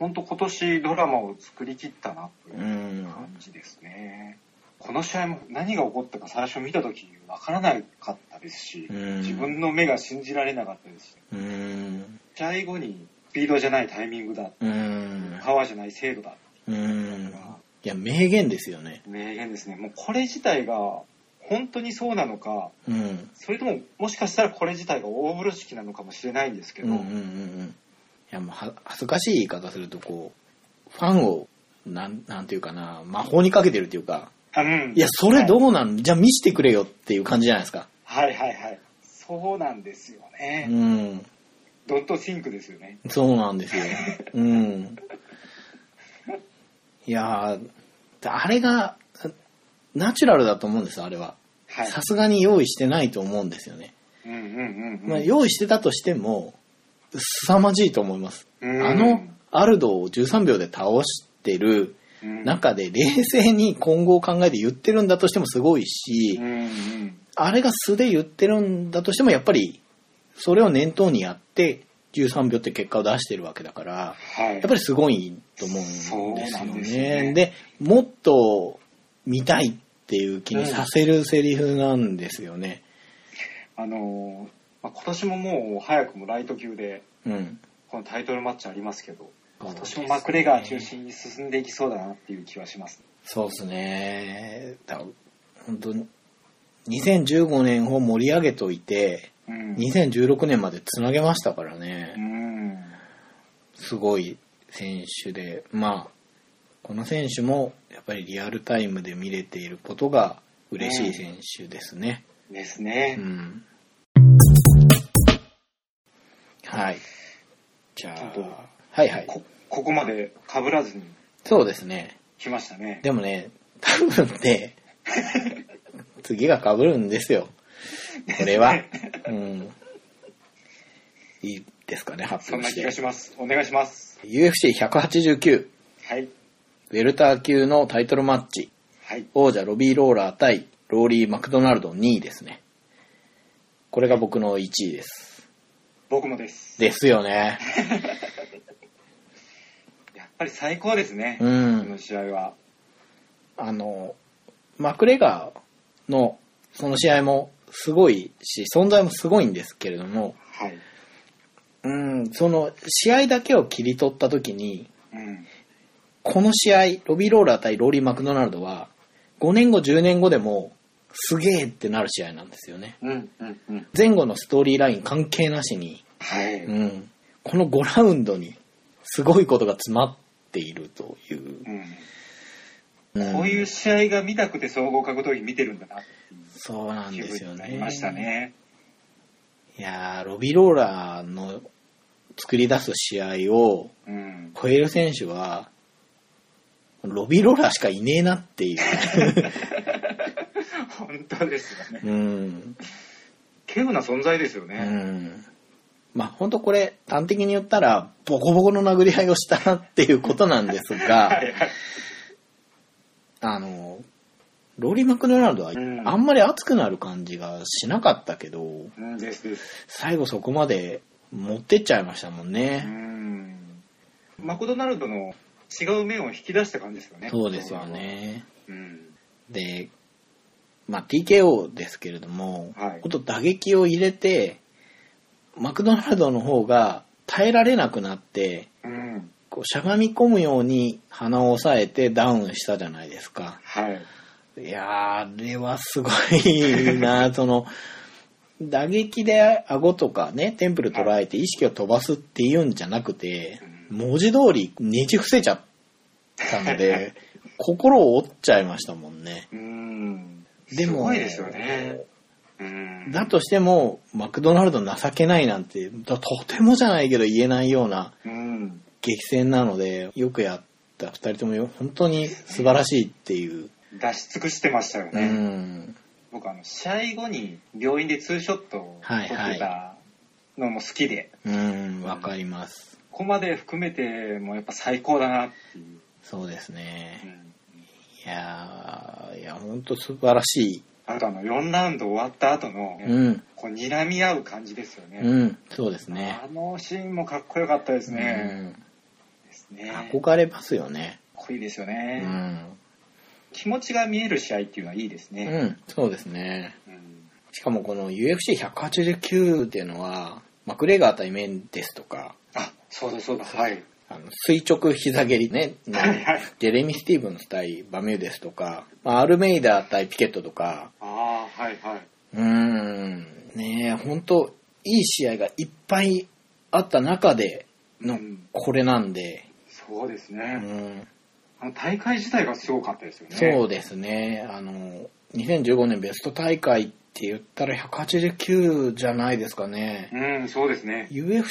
Speaker 2: 本当今年ドラマを作り切ったなっていううん感じですね。この試合も何が起こったか最初見た時わからなかったですし、
Speaker 1: うん
Speaker 2: 自分の目が信じられなかったですし、
Speaker 1: うん。
Speaker 2: 試合後にスピードじゃないタイミングだ、
Speaker 1: うん。
Speaker 2: パワーじゃない精度だ、
Speaker 1: うん。いや、名言ですよね。
Speaker 2: 名言ですね。もうこれ自体が本当にそうなのか、
Speaker 1: うん。
Speaker 2: それとももしかしたらこれ自体が大風呂敷なのかもしれないんですけ
Speaker 1: う
Speaker 2: ど、
Speaker 1: んうんうんうん。いや、もうは、恥ずかしい言い方すると、こう、ファンを、なん、なんていうかな、魔法にかけてるっていうか、
Speaker 2: あうん
Speaker 1: いや、それど
Speaker 2: はいう
Speaker 1: なん、じゃあ見してくれよっていう感じじゃないですか。
Speaker 2: はいはいはい。そうなんですよね。
Speaker 1: うん。
Speaker 2: ドットシンクですよね。
Speaker 1: そうなんですよ。うん。いやーあれが、ナチュラルだと思うんです、あれは。
Speaker 2: はい。
Speaker 1: さすがに用意してないと思うんですよね。
Speaker 2: うんうんうん、うん
Speaker 1: まあ、用意してたとしても、凄まじいと思います。
Speaker 2: うん
Speaker 1: あの、アルドを13秒で倒してる
Speaker 2: うん
Speaker 1: 中で、冷静に今後を考えて言ってるんだとしてもすごい
Speaker 2: うん
Speaker 1: し
Speaker 2: う、ん、
Speaker 1: あれが素で言ってるんだとしても、やっぱり、それを念頭にやって、13秒って結果を出してるわけだから、
Speaker 2: はい。
Speaker 1: やっぱりすごいと思うんです
Speaker 2: そう
Speaker 1: よ
Speaker 2: なん
Speaker 1: ね。
Speaker 2: です
Speaker 1: で
Speaker 2: ね
Speaker 1: もっと見たいっていう気にさせるセリフなんですよね。
Speaker 2: あのーまあ、今年ももう早くもライト級で、
Speaker 1: うん。
Speaker 2: このタイトルマッチありますけど、
Speaker 1: そう
Speaker 2: 今
Speaker 1: ですね
Speaker 2: 年もマクレガー中心に進んでいきそうだなっていう気はします。
Speaker 1: そうですね。だ本当に2015年を盛り上げといて、
Speaker 2: うん。
Speaker 1: 2016年までつなげましたから
Speaker 2: う
Speaker 1: ね。
Speaker 2: ん。
Speaker 1: すごい選手で、まあ、この選手もやっぱりリアルタイムで見れていることが嬉しい選手ですね。
Speaker 2: ですね。
Speaker 1: うんはい。じゃ
Speaker 2: ちょっ
Speaker 1: あ
Speaker 2: と、
Speaker 1: はいはい。
Speaker 2: こ、ここまで被らずに
Speaker 1: そうですね。
Speaker 2: 来ましたね。
Speaker 1: でもね、多分ね、次が被るんですよ。これは。うん。いいですかね、発
Speaker 2: そん
Speaker 1: 表
Speaker 2: な
Speaker 1: し
Speaker 2: 気が
Speaker 1: て。
Speaker 2: します。お願いします。
Speaker 1: UFC189、
Speaker 2: はい。
Speaker 1: ウェルター級のタイトルマッチ。
Speaker 2: はい。
Speaker 1: 王者ロビー・ローラー対ローリー・マクドナルド2位ですね。これが僕の1位です。
Speaker 2: 僕もです。
Speaker 1: ですよね。
Speaker 2: やっぱり最高ですね。
Speaker 1: う
Speaker 2: この
Speaker 1: ん。
Speaker 2: 試合は。
Speaker 1: あの、マクレガーのその試合もすごいし、存在もすごいんですけれども、
Speaker 2: はい。
Speaker 1: うん、その試合だけを切り取った時に、
Speaker 2: うん。
Speaker 1: この試合、ロビー・ローラー対ローリー・マクドナルドは、5年後、10年後でも、すげえってなる試合なんですよね。
Speaker 2: うん。うん。うん。
Speaker 1: 前後のストーリーライン関係なしに、
Speaker 2: はい。
Speaker 1: うん、この5ラウンドに、すごいことが詰まっているという。
Speaker 2: うん。
Speaker 1: うん
Speaker 2: こういう試合が見たくて総合格闘技見てるんだな
Speaker 1: そうなん
Speaker 2: ってい
Speaker 1: で
Speaker 2: う
Speaker 1: す
Speaker 2: ふう
Speaker 1: よ
Speaker 2: にな
Speaker 1: ね。
Speaker 2: りましたね。
Speaker 1: いやーロビーローラーの作り出す試合を
Speaker 2: うん。
Speaker 1: 超える選手は、ロビーローラーしかいねえなっていう。
Speaker 2: 本当ですよね。
Speaker 1: うん。
Speaker 2: 稀有な存在ですよ
Speaker 1: う
Speaker 2: ね。
Speaker 1: ん。まあ本当これ、端的に言ったら、ボコボコの殴り合いをしたなっていうことなんです
Speaker 2: は
Speaker 1: が、
Speaker 2: いはい。
Speaker 1: あの、ローリー・マクドナルドは
Speaker 2: うん
Speaker 1: あんまり熱くなる感じがしなかったけど、
Speaker 2: うんですです。
Speaker 1: 最後そこまで持ってっちゃいましたもん
Speaker 2: う
Speaker 1: ね。
Speaker 2: ん。マクドナルドの違う面を引き出した感じですよね。
Speaker 1: そうですよね。
Speaker 2: うん。
Speaker 1: で、まあ、TKO ですけれども、
Speaker 2: はい
Speaker 1: こと打撃を入れてマクドナルドの方が耐えられなくなって
Speaker 2: うん。
Speaker 1: こうしゃがみ込むように鼻を押さえてダウンしたじゃないですか
Speaker 2: はい。
Speaker 1: いやーあれはすごいなその 打撃で顎とかね、テンプル捉えて意識を飛ばすっていうんじゃなくて、
Speaker 2: うん
Speaker 1: 文字通りねじ伏せちゃったので、心を折っちゃいましたもんね。
Speaker 2: うん。
Speaker 1: でも
Speaker 2: すごいですよね。うん。
Speaker 1: だとしても、マクドナルド情けないなんて、だとてもじゃないけど言えないような
Speaker 2: うん。
Speaker 1: 激戦なので、よくやった二人ともよ本当に素晴らしいっていう。
Speaker 2: 出し尽くしてましたよ
Speaker 1: う
Speaker 2: ね。
Speaker 1: ん。
Speaker 2: 僕あの、試合後に病院でツーショットを撮って
Speaker 1: はい
Speaker 2: たのも好きで、
Speaker 1: うん、わかります。
Speaker 2: ここまで含めてもやっぱ最高だなっていう。
Speaker 1: そうですね
Speaker 2: う。ん
Speaker 1: いやーいや、本当素晴らしい。
Speaker 2: あとあの、4ラウンド終わった後の、
Speaker 1: うん、
Speaker 2: こう、睨み合う感じですよね。
Speaker 1: うん、そうですね。
Speaker 2: あのシーンもかっこよかったですね。です
Speaker 1: う
Speaker 2: ね
Speaker 1: ん、
Speaker 2: かっ
Speaker 1: 憧れますよね。
Speaker 2: こいいですよ
Speaker 1: う
Speaker 2: ね、
Speaker 1: ん、
Speaker 2: 気持ちが見える試合っていうのはいいです
Speaker 1: う
Speaker 2: ね。
Speaker 1: ん、そうですね。
Speaker 2: うん
Speaker 1: しかもこの UFC189 っていうのは、マクレガー対メンデスとか、
Speaker 2: あ、そうだそうだ。はい。
Speaker 1: あの垂直膝蹴りね、な
Speaker 2: はいはい
Speaker 1: ジェレミー・スティーブンス対バミューデスとか、まあアルメイダー対ピケットとか、
Speaker 2: ああ、はいはい。
Speaker 1: うーん、ねえ、本当いい試合がいっぱいあった中での
Speaker 2: うん
Speaker 1: これなんで、
Speaker 2: そうです
Speaker 1: う
Speaker 2: ね。
Speaker 1: ん、
Speaker 2: あの大会自体がすごかったですよね。
Speaker 1: そうですね。あの、2015年ベスト大会って言ったら189じゃないですかね。
Speaker 2: うん、そうですね。
Speaker 1: UFC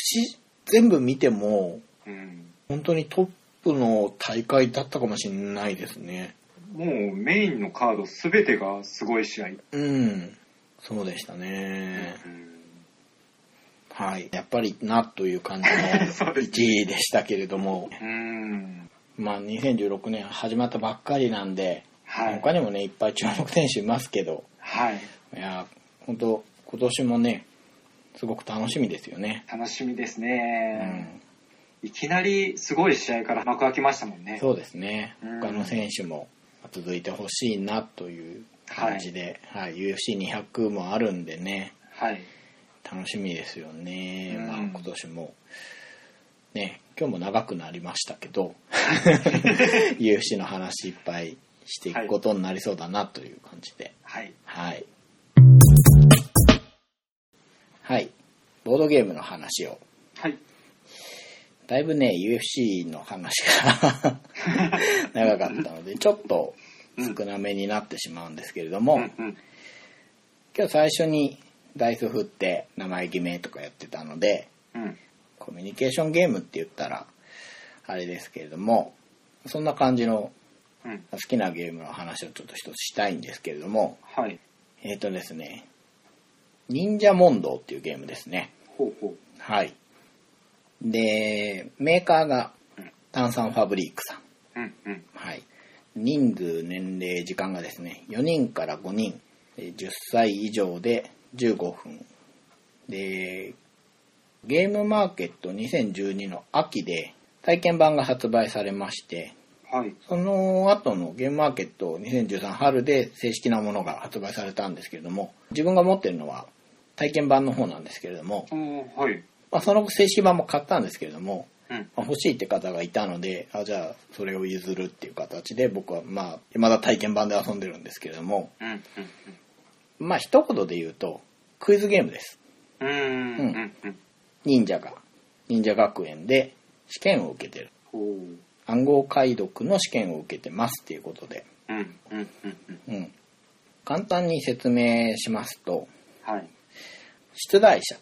Speaker 1: 全部見ても、
Speaker 2: うん。
Speaker 1: 本当にトップの大会だったかもしれないですね。
Speaker 2: もうメインのカードすべてがすごい試合。
Speaker 1: うん。そうでしたね。
Speaker 2: う
Speaker 1: はい。やっぱりなという感じの
Speaker 2: そうです
Speaker 1: 1位でしたけれども、
Speaker 2: ん。
Speaker 1: まあ2016年始まったばっかりなんで、
Speaker 2: はい。
Speaker 1: 他にもね、いっぱい注目選手いますけど、
Speaker 2: はい。
Speaker 1: いやー、本当今年もね、すごく楽しみですよね。
Speaker 2: 楽しみです
Speaker 1: う
Speaker 2: ね、
Speaker 1: ん、
Speaker 2: いきなりすごい試合から幕開きましたもんね。
Speaker 1: そうですね。
Speaker 2: うん
Speaker 1: 他の選手も続いてほしいなという感じで、はい UFC200 もあるんでね、
Speaker 2: はい。
Speaker 1: 楽しみですよね。
Speaker 2: うん
Speaker 1: まあ、今年も。ね、今日も長くなりましたけど、UFC の話いっぱいしていくことになりそうだなという感じで。
Speaker 2: はい。
Speaker 1: はい。はい。ボードゲームの話を。
Speaker 2: はい。
Speaker 1: だいぶね、UFC の話が 長かったので、ちょっと少なめになってしまうんですけれども、
Speaker 2: うんうん。
Speaker 1: 今日最初にダイス振って名前決めとかやってたので、
Speaker 2: うん。
Speaker 1: コミュニケーションゲームって言ったら、あれですけれども、そんな感じの
Speaker 2: うん。
Speaker 1: 好きなゲームの話をちょっと一つしたいんですけれども、
Speaker 2: はい。
Speaker 1: えっ、とですね、忍者問答っていうゲームですね。
Speaker 2: ほうほう。
Speaker 1: はい。で、メーカーが
Speaker 2: うん
Speaker 1: 炭酸ファブリックさん。
Speaker 2: うんうん。
Speaker 1: はい。人数、年齢、時間がですね、4人から5人、えー10歳以上で15分。で、ゲームマーケット2012の秋で体験版が発売されまして、
Speaker 2: はい。
Speaker 1: その後のゲームマーケット2013春で正式なものが発売されたんですけれども、自分が持ってるのは体験版の方なんですけれども、
Speaker 2: おーはい。
Speaker 1: まあ、その正式版も買ったんですけれども、
Speaker 2: うん。
Speaker 1: まあ欲しいって方がいたのであじゃあそれを譲るっていう形で僕はまあ未だ体験版で遊んでるんですけれども
Speaker 2: うんうん
Speaker 1: まあ一言で言うとクイズゲームです
Speaker 2: うん。うんうんうん。
Speaker 1: 忍者が忍者学園で試験を受けてる
Speaker 2: ほう。うん
Speaker 1: 暗号解読の試験を受けてますっていうことで、
Speaker 2: うんうんうん。
Speaker 1: うん、簡単に説明しますと
Speaker 2: はい。
Speaker 1: 出題者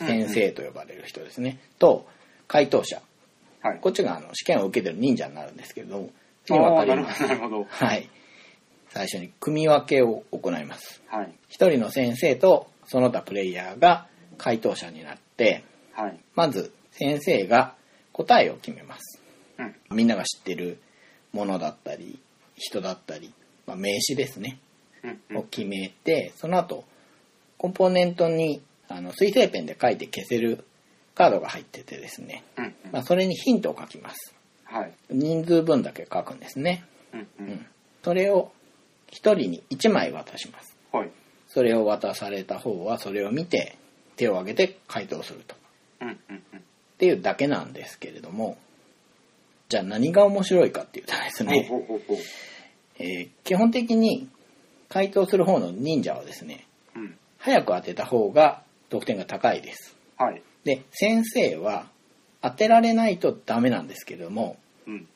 Speaker 2: うん
Speaker 1: 先生と呼ばれる人ですね、と回答者
Speaker 2: はい。
Speaker 1: こっちがあの試験を受けてる忍者になるんですけれども
Speaker 2: あ
Speaker 1: に分
Speaker 2: ー
Speaker 1: か
Speaker 2: な
Speaker 1: れ
Speaker 2: る
Speaker 1: ま
Speaker 2: ほ
Speaker 1: す
Speaker 2: ど、なるほど。
Speaker 1: はい。最初に組み分けを行います。
Speaker 2: はい。
Speaker 1: 一人の先生とその他プレイヤーが回答者になって、
Speaker 2: はい。
Speaker 1: まず先生が答えを決めます。
Speaker 2: うん。
Speaker 1: みんなが知ってるものだったり、人だったり、まあ、名詞ですね、
Speaker 2: うんう
Speaker 1: を
Speaker 2: ん。
Speaker 1: 決めて、その後、コンポーネントにあの水性ペンで書いて消せるカードが入っててですね、
Speaker 2: うんうん。
Speaker 1: まあ、それにヒントを書きます。
Speaker 2: はい。
Speaker 1: 人数分だけ書くんですね。
Speaker 2: うんう
Speaker 1: うん
Speaker 2: ん。
Speaker 1: それを1人に1枚渡します
Speaker 2: はい。
Speaker 1: それを渡された方はそれを見て手を挙げて回答するとっ
Speaker 2: うんうんうん。
Speaker 1: ていうだけなんですけれどもじゃあ何が面白いかっていうとですね、
Speaker 2: ほうほうほうほう。
Speaker 1: えー基本的に回答する方の忍者はですね
Speaker 2: うん。
Speaker 1: 早く当てた方が得点が高いです。
Speaker 2: はい。
Speaker 1: で、先生は当てられないとダメなんですけども、
Speaker 2: うん。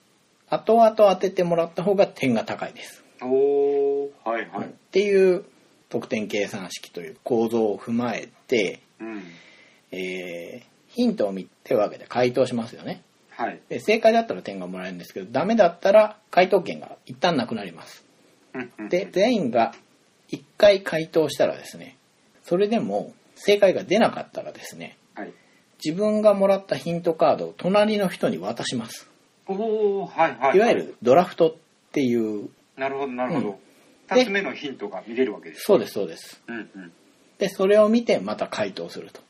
Speaker 1: 後々当ててもらった方が点が高いです。
Speaker 2: おー、はいは
Speaker 1: っ
Speaker 2: い。
Speaker 1: ていう得点計算式という構造を踏まえて、
Speaker 2: うん。
Speaker 1: えーヒントを見て分けて回答しますよね。
Speaker 2: はい。
Speaker 1: で正解だったら点がもらえるんですけど、ダメだったら回答権が一旦なくなります。
Speaker 2: うんうん
Speaker 1: で、全員が1回回答したらですね、それでも正解が出なかったらですね、
Speaker 2: はい。
Speaker 1: 自分がもらったヒントカードを隣の人に渡します。
Speaker 2: おー、はいはい。
Speaker 1: いわゆ。るドラフトっていう、
Speaker 2: なるほど、なるほ
Speaker 1: うん
Speaker 2: ど。
Speaker 1: で
Speaker 2: 二つ目のヒントが見れるわけです。
Speaker 1: そうです、そうです。
Speaker 2: うんうん。
Speaker 1: で、それを見てまた回答すると。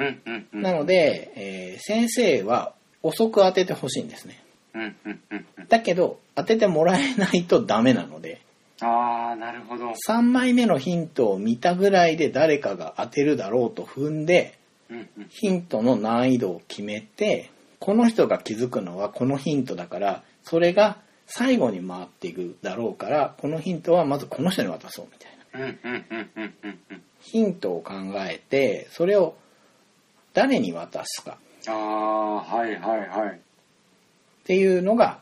Speaker 2: うんうんうん。
Speaker 1: なので、えー先生は遅く当ててほしいんですね。
Speaker 2: うんうんうんうん。
Speaker 1: だけど、当ててもらえないとダメなので、
Speaker 2: あー、なるほど。
Speaker 1: 3枚目のヒントを見たぐらいで誰かが当てるだろうと踏んで、
Speaker 2: うんうん。
Speaker 1: ヒントの難易度を決めて、この人が気づくのはこのヒントだから、それが最後に回っていくだろうから、このヒントはまずこの人に渡そうみたいな。
Speaker 2: うんうんうんうんうんうん。
Speaker 1: ヒントを考えて、それを誰に渡すか
Speaker 2: あー、はいはいはい。
Speaker 1: っていうのが、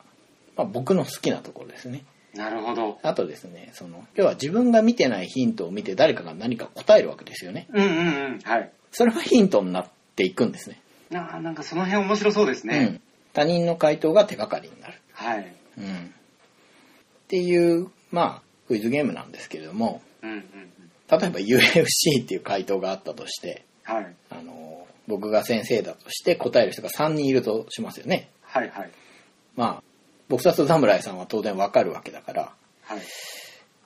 Speaker 1: まあ、僕の好きなところですね。
Speaker 2: なるほど。
Speaker 1: あとですね、その、要は自分が見てないヒントを見て誰かが何か答えるわけですよね。
Speaker 2: うんうんうん。はい。
Speaker 1: それはヒントになっていくんですね。
Speaker 2: なあなんかその辺面白そうです
Speaker 1: う
Speaker 2: ね。
Speaker 1: ん。他人の回答が手がかりになる。
Speaker 2: はい。
Speaker 1: うん。っていう、まあ、クイズゲームなんですけれども、
Speaker 2: うんうんうん。
Speaker 1: 例えば UFC っていう回答があったとして、
Speaker 2: はい。
Speaker 1: あの、僕が先生だとして答える人が3人いるとしますよね。
Speaker 2: はいはい。
Speaker 1: まあ、僕たちと侍さんは当然わかるわけだから、
Speaker 2: はい。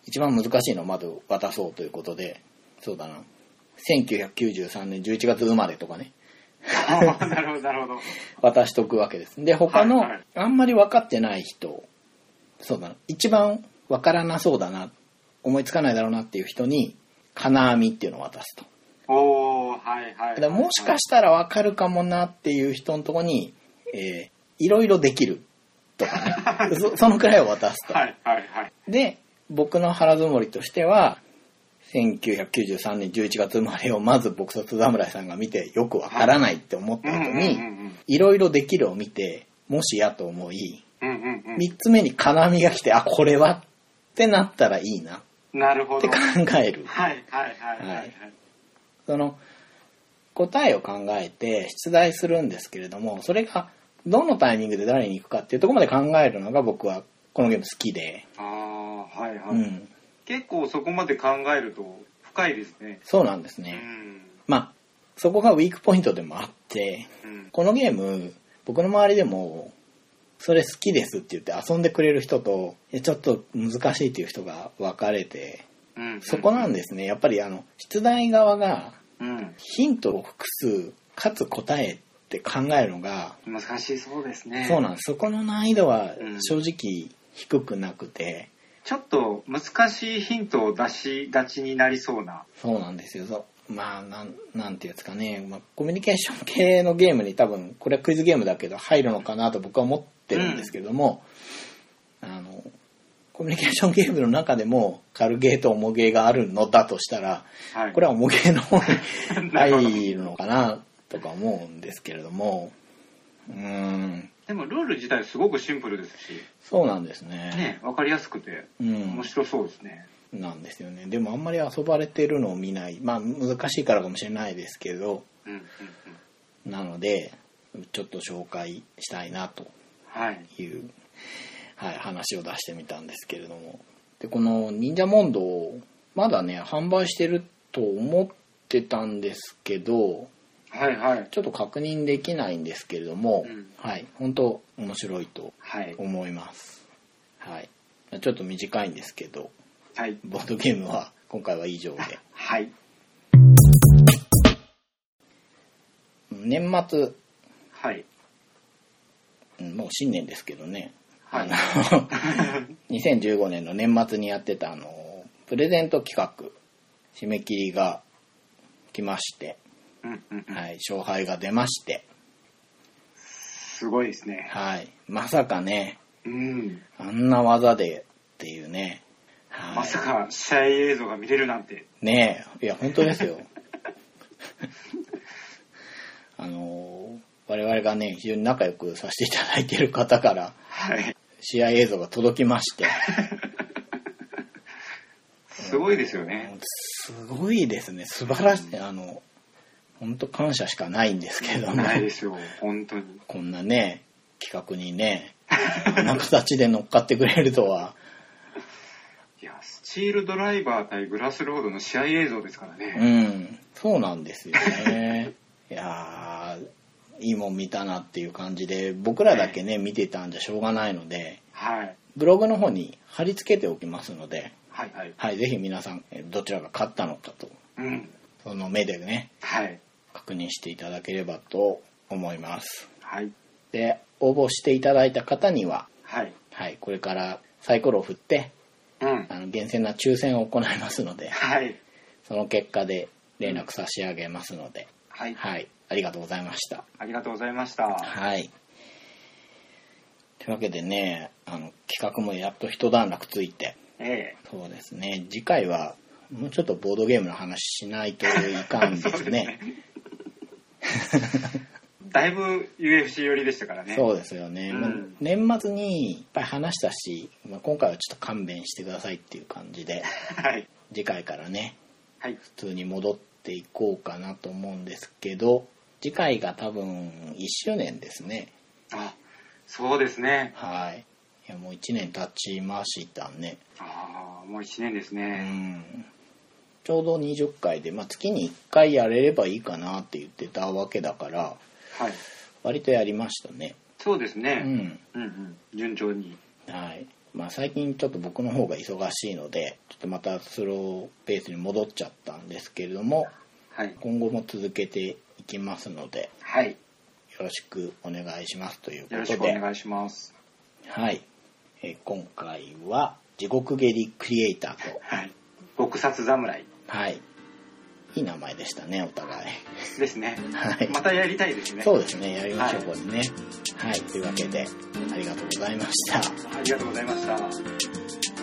Speaker 1: 一番難しいのをまず渡そうということで、そうだな。1993年11月生まれとかね、
Speaker 2: あーなるほど、なるほど。
Speaker 1: 渡しとくわけです。で、他の
Speaker 2: はいはい、
Speaker 1: あんまり分かってない人、そうだな、一番分からなそうだな、思いつかないだろうなっていう人に、金網っていうのを渡すと。
Speaker 2: おー、はいは
Speaker 1: だ
Speaker 2: い。
Speaker 1: からもしかしたら分かるかもなっていう人のとこに、えーいろいろできるとか ね、そそ のくらいを渡すと。
Speaker 2: はいはいはい。
Speaker 1: で、僕の腹積もりとしては、1993年11月生まれをまず僕殺侍さんが見てよくわからないって思っ
Speaker 2: う
Speaker 1: た
Speaker 2: んうん
Speaker 1: 後
Speaker 2: うん
Speaker 1: に、いろいろできるを見て、もしやと思い、
Speaker 2: うん。うんうん
Speaker 1: 3つ目に金網が来て、あ、これはってなったらいいなっ
Speaker 2: うん。なるほ
Speaker 1: て
Speaker 2: ど。
Speaker 1: 考
Speaker 2: はい
Speaker 1: える。
Speaker 2: はいはいはいは
Speaker 1: はいい。その、答えを考えて出題するんですけれども、それがどのタイミングで誰に行くかっていうところまで考えるのが僕はこのゲーム好きで、
Speaker 2: あー、はいは
Speaker 1: う
Speaker 2: い。
Speaker 1: ん、
Speaker 2: 結構そこまで考えると深いですね。
Speaker 1: そうなんです
Speaker 2: う
Speaker 1: ね。
Speaker 2: ん。
Speaker 1: まあ、そこがウィークポイントでもあって、
Speaker 2: うん。
Speaker 1: このゲーム、僕の周りでも、それ好きですって言って遊んでくれる人と、いやちょっと難しいっていう人が分かれて、
Speaker 2: うんうん
Speaker 1: そこなんですね。やっぱりあの、出題側が
Speaker 2: うん。
Speaker 1: ヒントを複数、かつ答えって考えるのが、
Speaker 2: 難しそうですね。
Speaker 1: そうなんです。そこの難易度は
Speaker 2: うん
Speaker 1: 正直低くなくて、
Speaker 2: ちょっと難しいヒントを出しがちになりそうな。
Speaker 1: そうなんですよ。そうまあ、なん、なんていうんですかね。まあ、コミュニケーション系のゲームに多分、これはクイズゲームだけど、入るのかなと僕は思ってるんですけども、あの、コミュニケーションゲームの中でも、軽ゲーと重ゲーがあるのだとしたら、
Speaker 2: はい。
Speaker 1: これは重ゲーの方に
Speaker 2: なるほど
Speaker 1: 入るのかなとか思うんですけれども、うーん、
Speaker 2: でもルール自体すごくシンプルですし、
Speaker 1: そうなんですね。
Speaker 2: ね、わかりやすくて
Speaker 1: うん
Speaker 2: 面。白そうですね。
Speaker 1: なんですよね。でもあんまり遊ばれてるのを見ない。まあ、難しいからかもしれないですけど、
Speaker 2: うんうんうん。
Speaker 1: なのでちょっと紹介したいなと
Speaker 2: はい。
Speaker 1: いう、はい、話を出してみたんですけれどもでこの「忍者モンド」をまだね販売してると思ってたんですけど
Speaker 2: はいはい。
Speaker 1: ちょっと確認できないんですけれども、
Speaker 2: うん
Speaker 1: はい本当面白いと
Speaker 2: はい。
Speaker 1: 思いますはいちょっと短いんですけど
Speaker 2: はい。
Speaker 1: ボードゲームは今回は以上 で
Speaker 2: はい。
Speaker 1: 年末
Speaker 2: はい。
Speaker 1: うんもう新年ですけどね
Speaker 2: はい。
Speaker 1: あの 2015年の年末にやってたあのプレゼント企画締め切りが来まして、
Speaker 2: うんうんうん
Speaker 1: はい、勝敗が出まして、
Speaker 2: すごいですね。
Speaker 1: はい、まさかね
Speaker 2: うん。
Speaker 1: あんな技でっていうね、はい
Speaker 2: まさか試合映像が見れるなんて。
Speaker 1: ねえいや本当ですよ あの我々がね非常に仲良くさせていただいている方から
Speaker 2: はい。
Speaker 1: 試合映像が届きまして
Speaker 2: すごいですよね。
Speaker 1: すごいですね素晴らしいあの本当感謝しかないんですけども
Speaker 2: ないですよ、本当に。
Speaker 1: こんなね企画にねあんな形で乗っかってくれるとはい
Speaker 2: や、スチールドライバー対グラスロードの試合映像ですから
Speaker 1: う
Speaker 2: ね。
Speaker 1: んそうなんですよねいやーいいもん見たなっていう感じで僕らだけね見てたんじゃしょうがないので
Speaker 2: はい。
Speaker 1: ブログの方に貼り付けておきますので、
Speaker 2: はいはい。
Speaker 1: はい、ぜひ皆さんえどちらが勝ったのかと
Speaker 2: うん。
Speaker 1: その目でね
Speaker 2: はい。
Speaker 1: 確認していただければと思います
Speaker 2: はい。
Speaker 1: で応募していただいた方には、
Speaker 2: はい。
Speaker 1: はい、これからサイコロを振って
Speaker 2: うん。
Speaker 1: あの厳選な抽選を行いますので
Speaker 2: はい。
Speaker 1: その結果で連絡差し上げますので、
Speaker 2: はい。
Speaker 1: はい、ありがとうございました
Speaker 2: ありがとうございました。
Speaker 1: はいというわけでねあの企画もやっと一段落ついて
Speaker 2: え
Speaker 1: そうですね次回はもうちょっとボードゲームの話しないといかんで
Speaker 2: え。
Speaker 1: す ね。
Speaker 2: だいぶ UFC 寄りでしたからね。
Speaker 1: そうですよね、
Speaker 2: うん
Speaker 1: まあ年末にいっぱい話したし、まあ、今回はちょっと勘弁してくださいっていう感じで
Speaker 2: はい。
Speaker 1: 次回からね
Speaker 2: はい。
Speaker 1: 普通に戻っていこうかなと思うんですけど次回が多分1周年ですね
Speaker 2: あ、そうですね。
Speaker 1: はいいやもう1年経ちましたね
Speaker 2: ああ、もう一年です
Speaker 1: う
Speaker 2: ね。
Speaker 1: んちょうど20回で、まあ、月に1回やれればいいかなって言ってたわけだから
Speaker 2: はい。
Speaker 1: 割とやりましたね
Speaker 2: そうです
Speaker 1: う
Speaker 2: ね。
Speaker 1: ん
Speaker 2: うん、うん、順調に。
Speaker 1: はいまあ最近ちょっと僕の方が忙しいのでちょっとまたスローペースに戻っちゃったんですけれども
Speaker 2: はい。
Speaker 1: 今後も続けていきますので
Speaker 2: はい。
Speaker 1: よろしくお願いしますというこ
Speaker 2: よろし
Speaker 1: と
Speaker 2: くお
Speaker 1: で、
Speaker 2: 願いします。
Speaker 1: はいえー今回は「地獄蹴りクリエイターと」
Speaker 2: はい。撲殺侍
Speaker 1: はい、いい名前でしたねお互い、
Speaker 2: ですね。
Speaker 1: はい、
Speaker 2: またやりたいですね。
Speaker 1: そうですねやりましょう、
Speaker 2: はい
Speaker 1: これねはいというわけでありがとうございました
Speaker 2: ありがとうございました。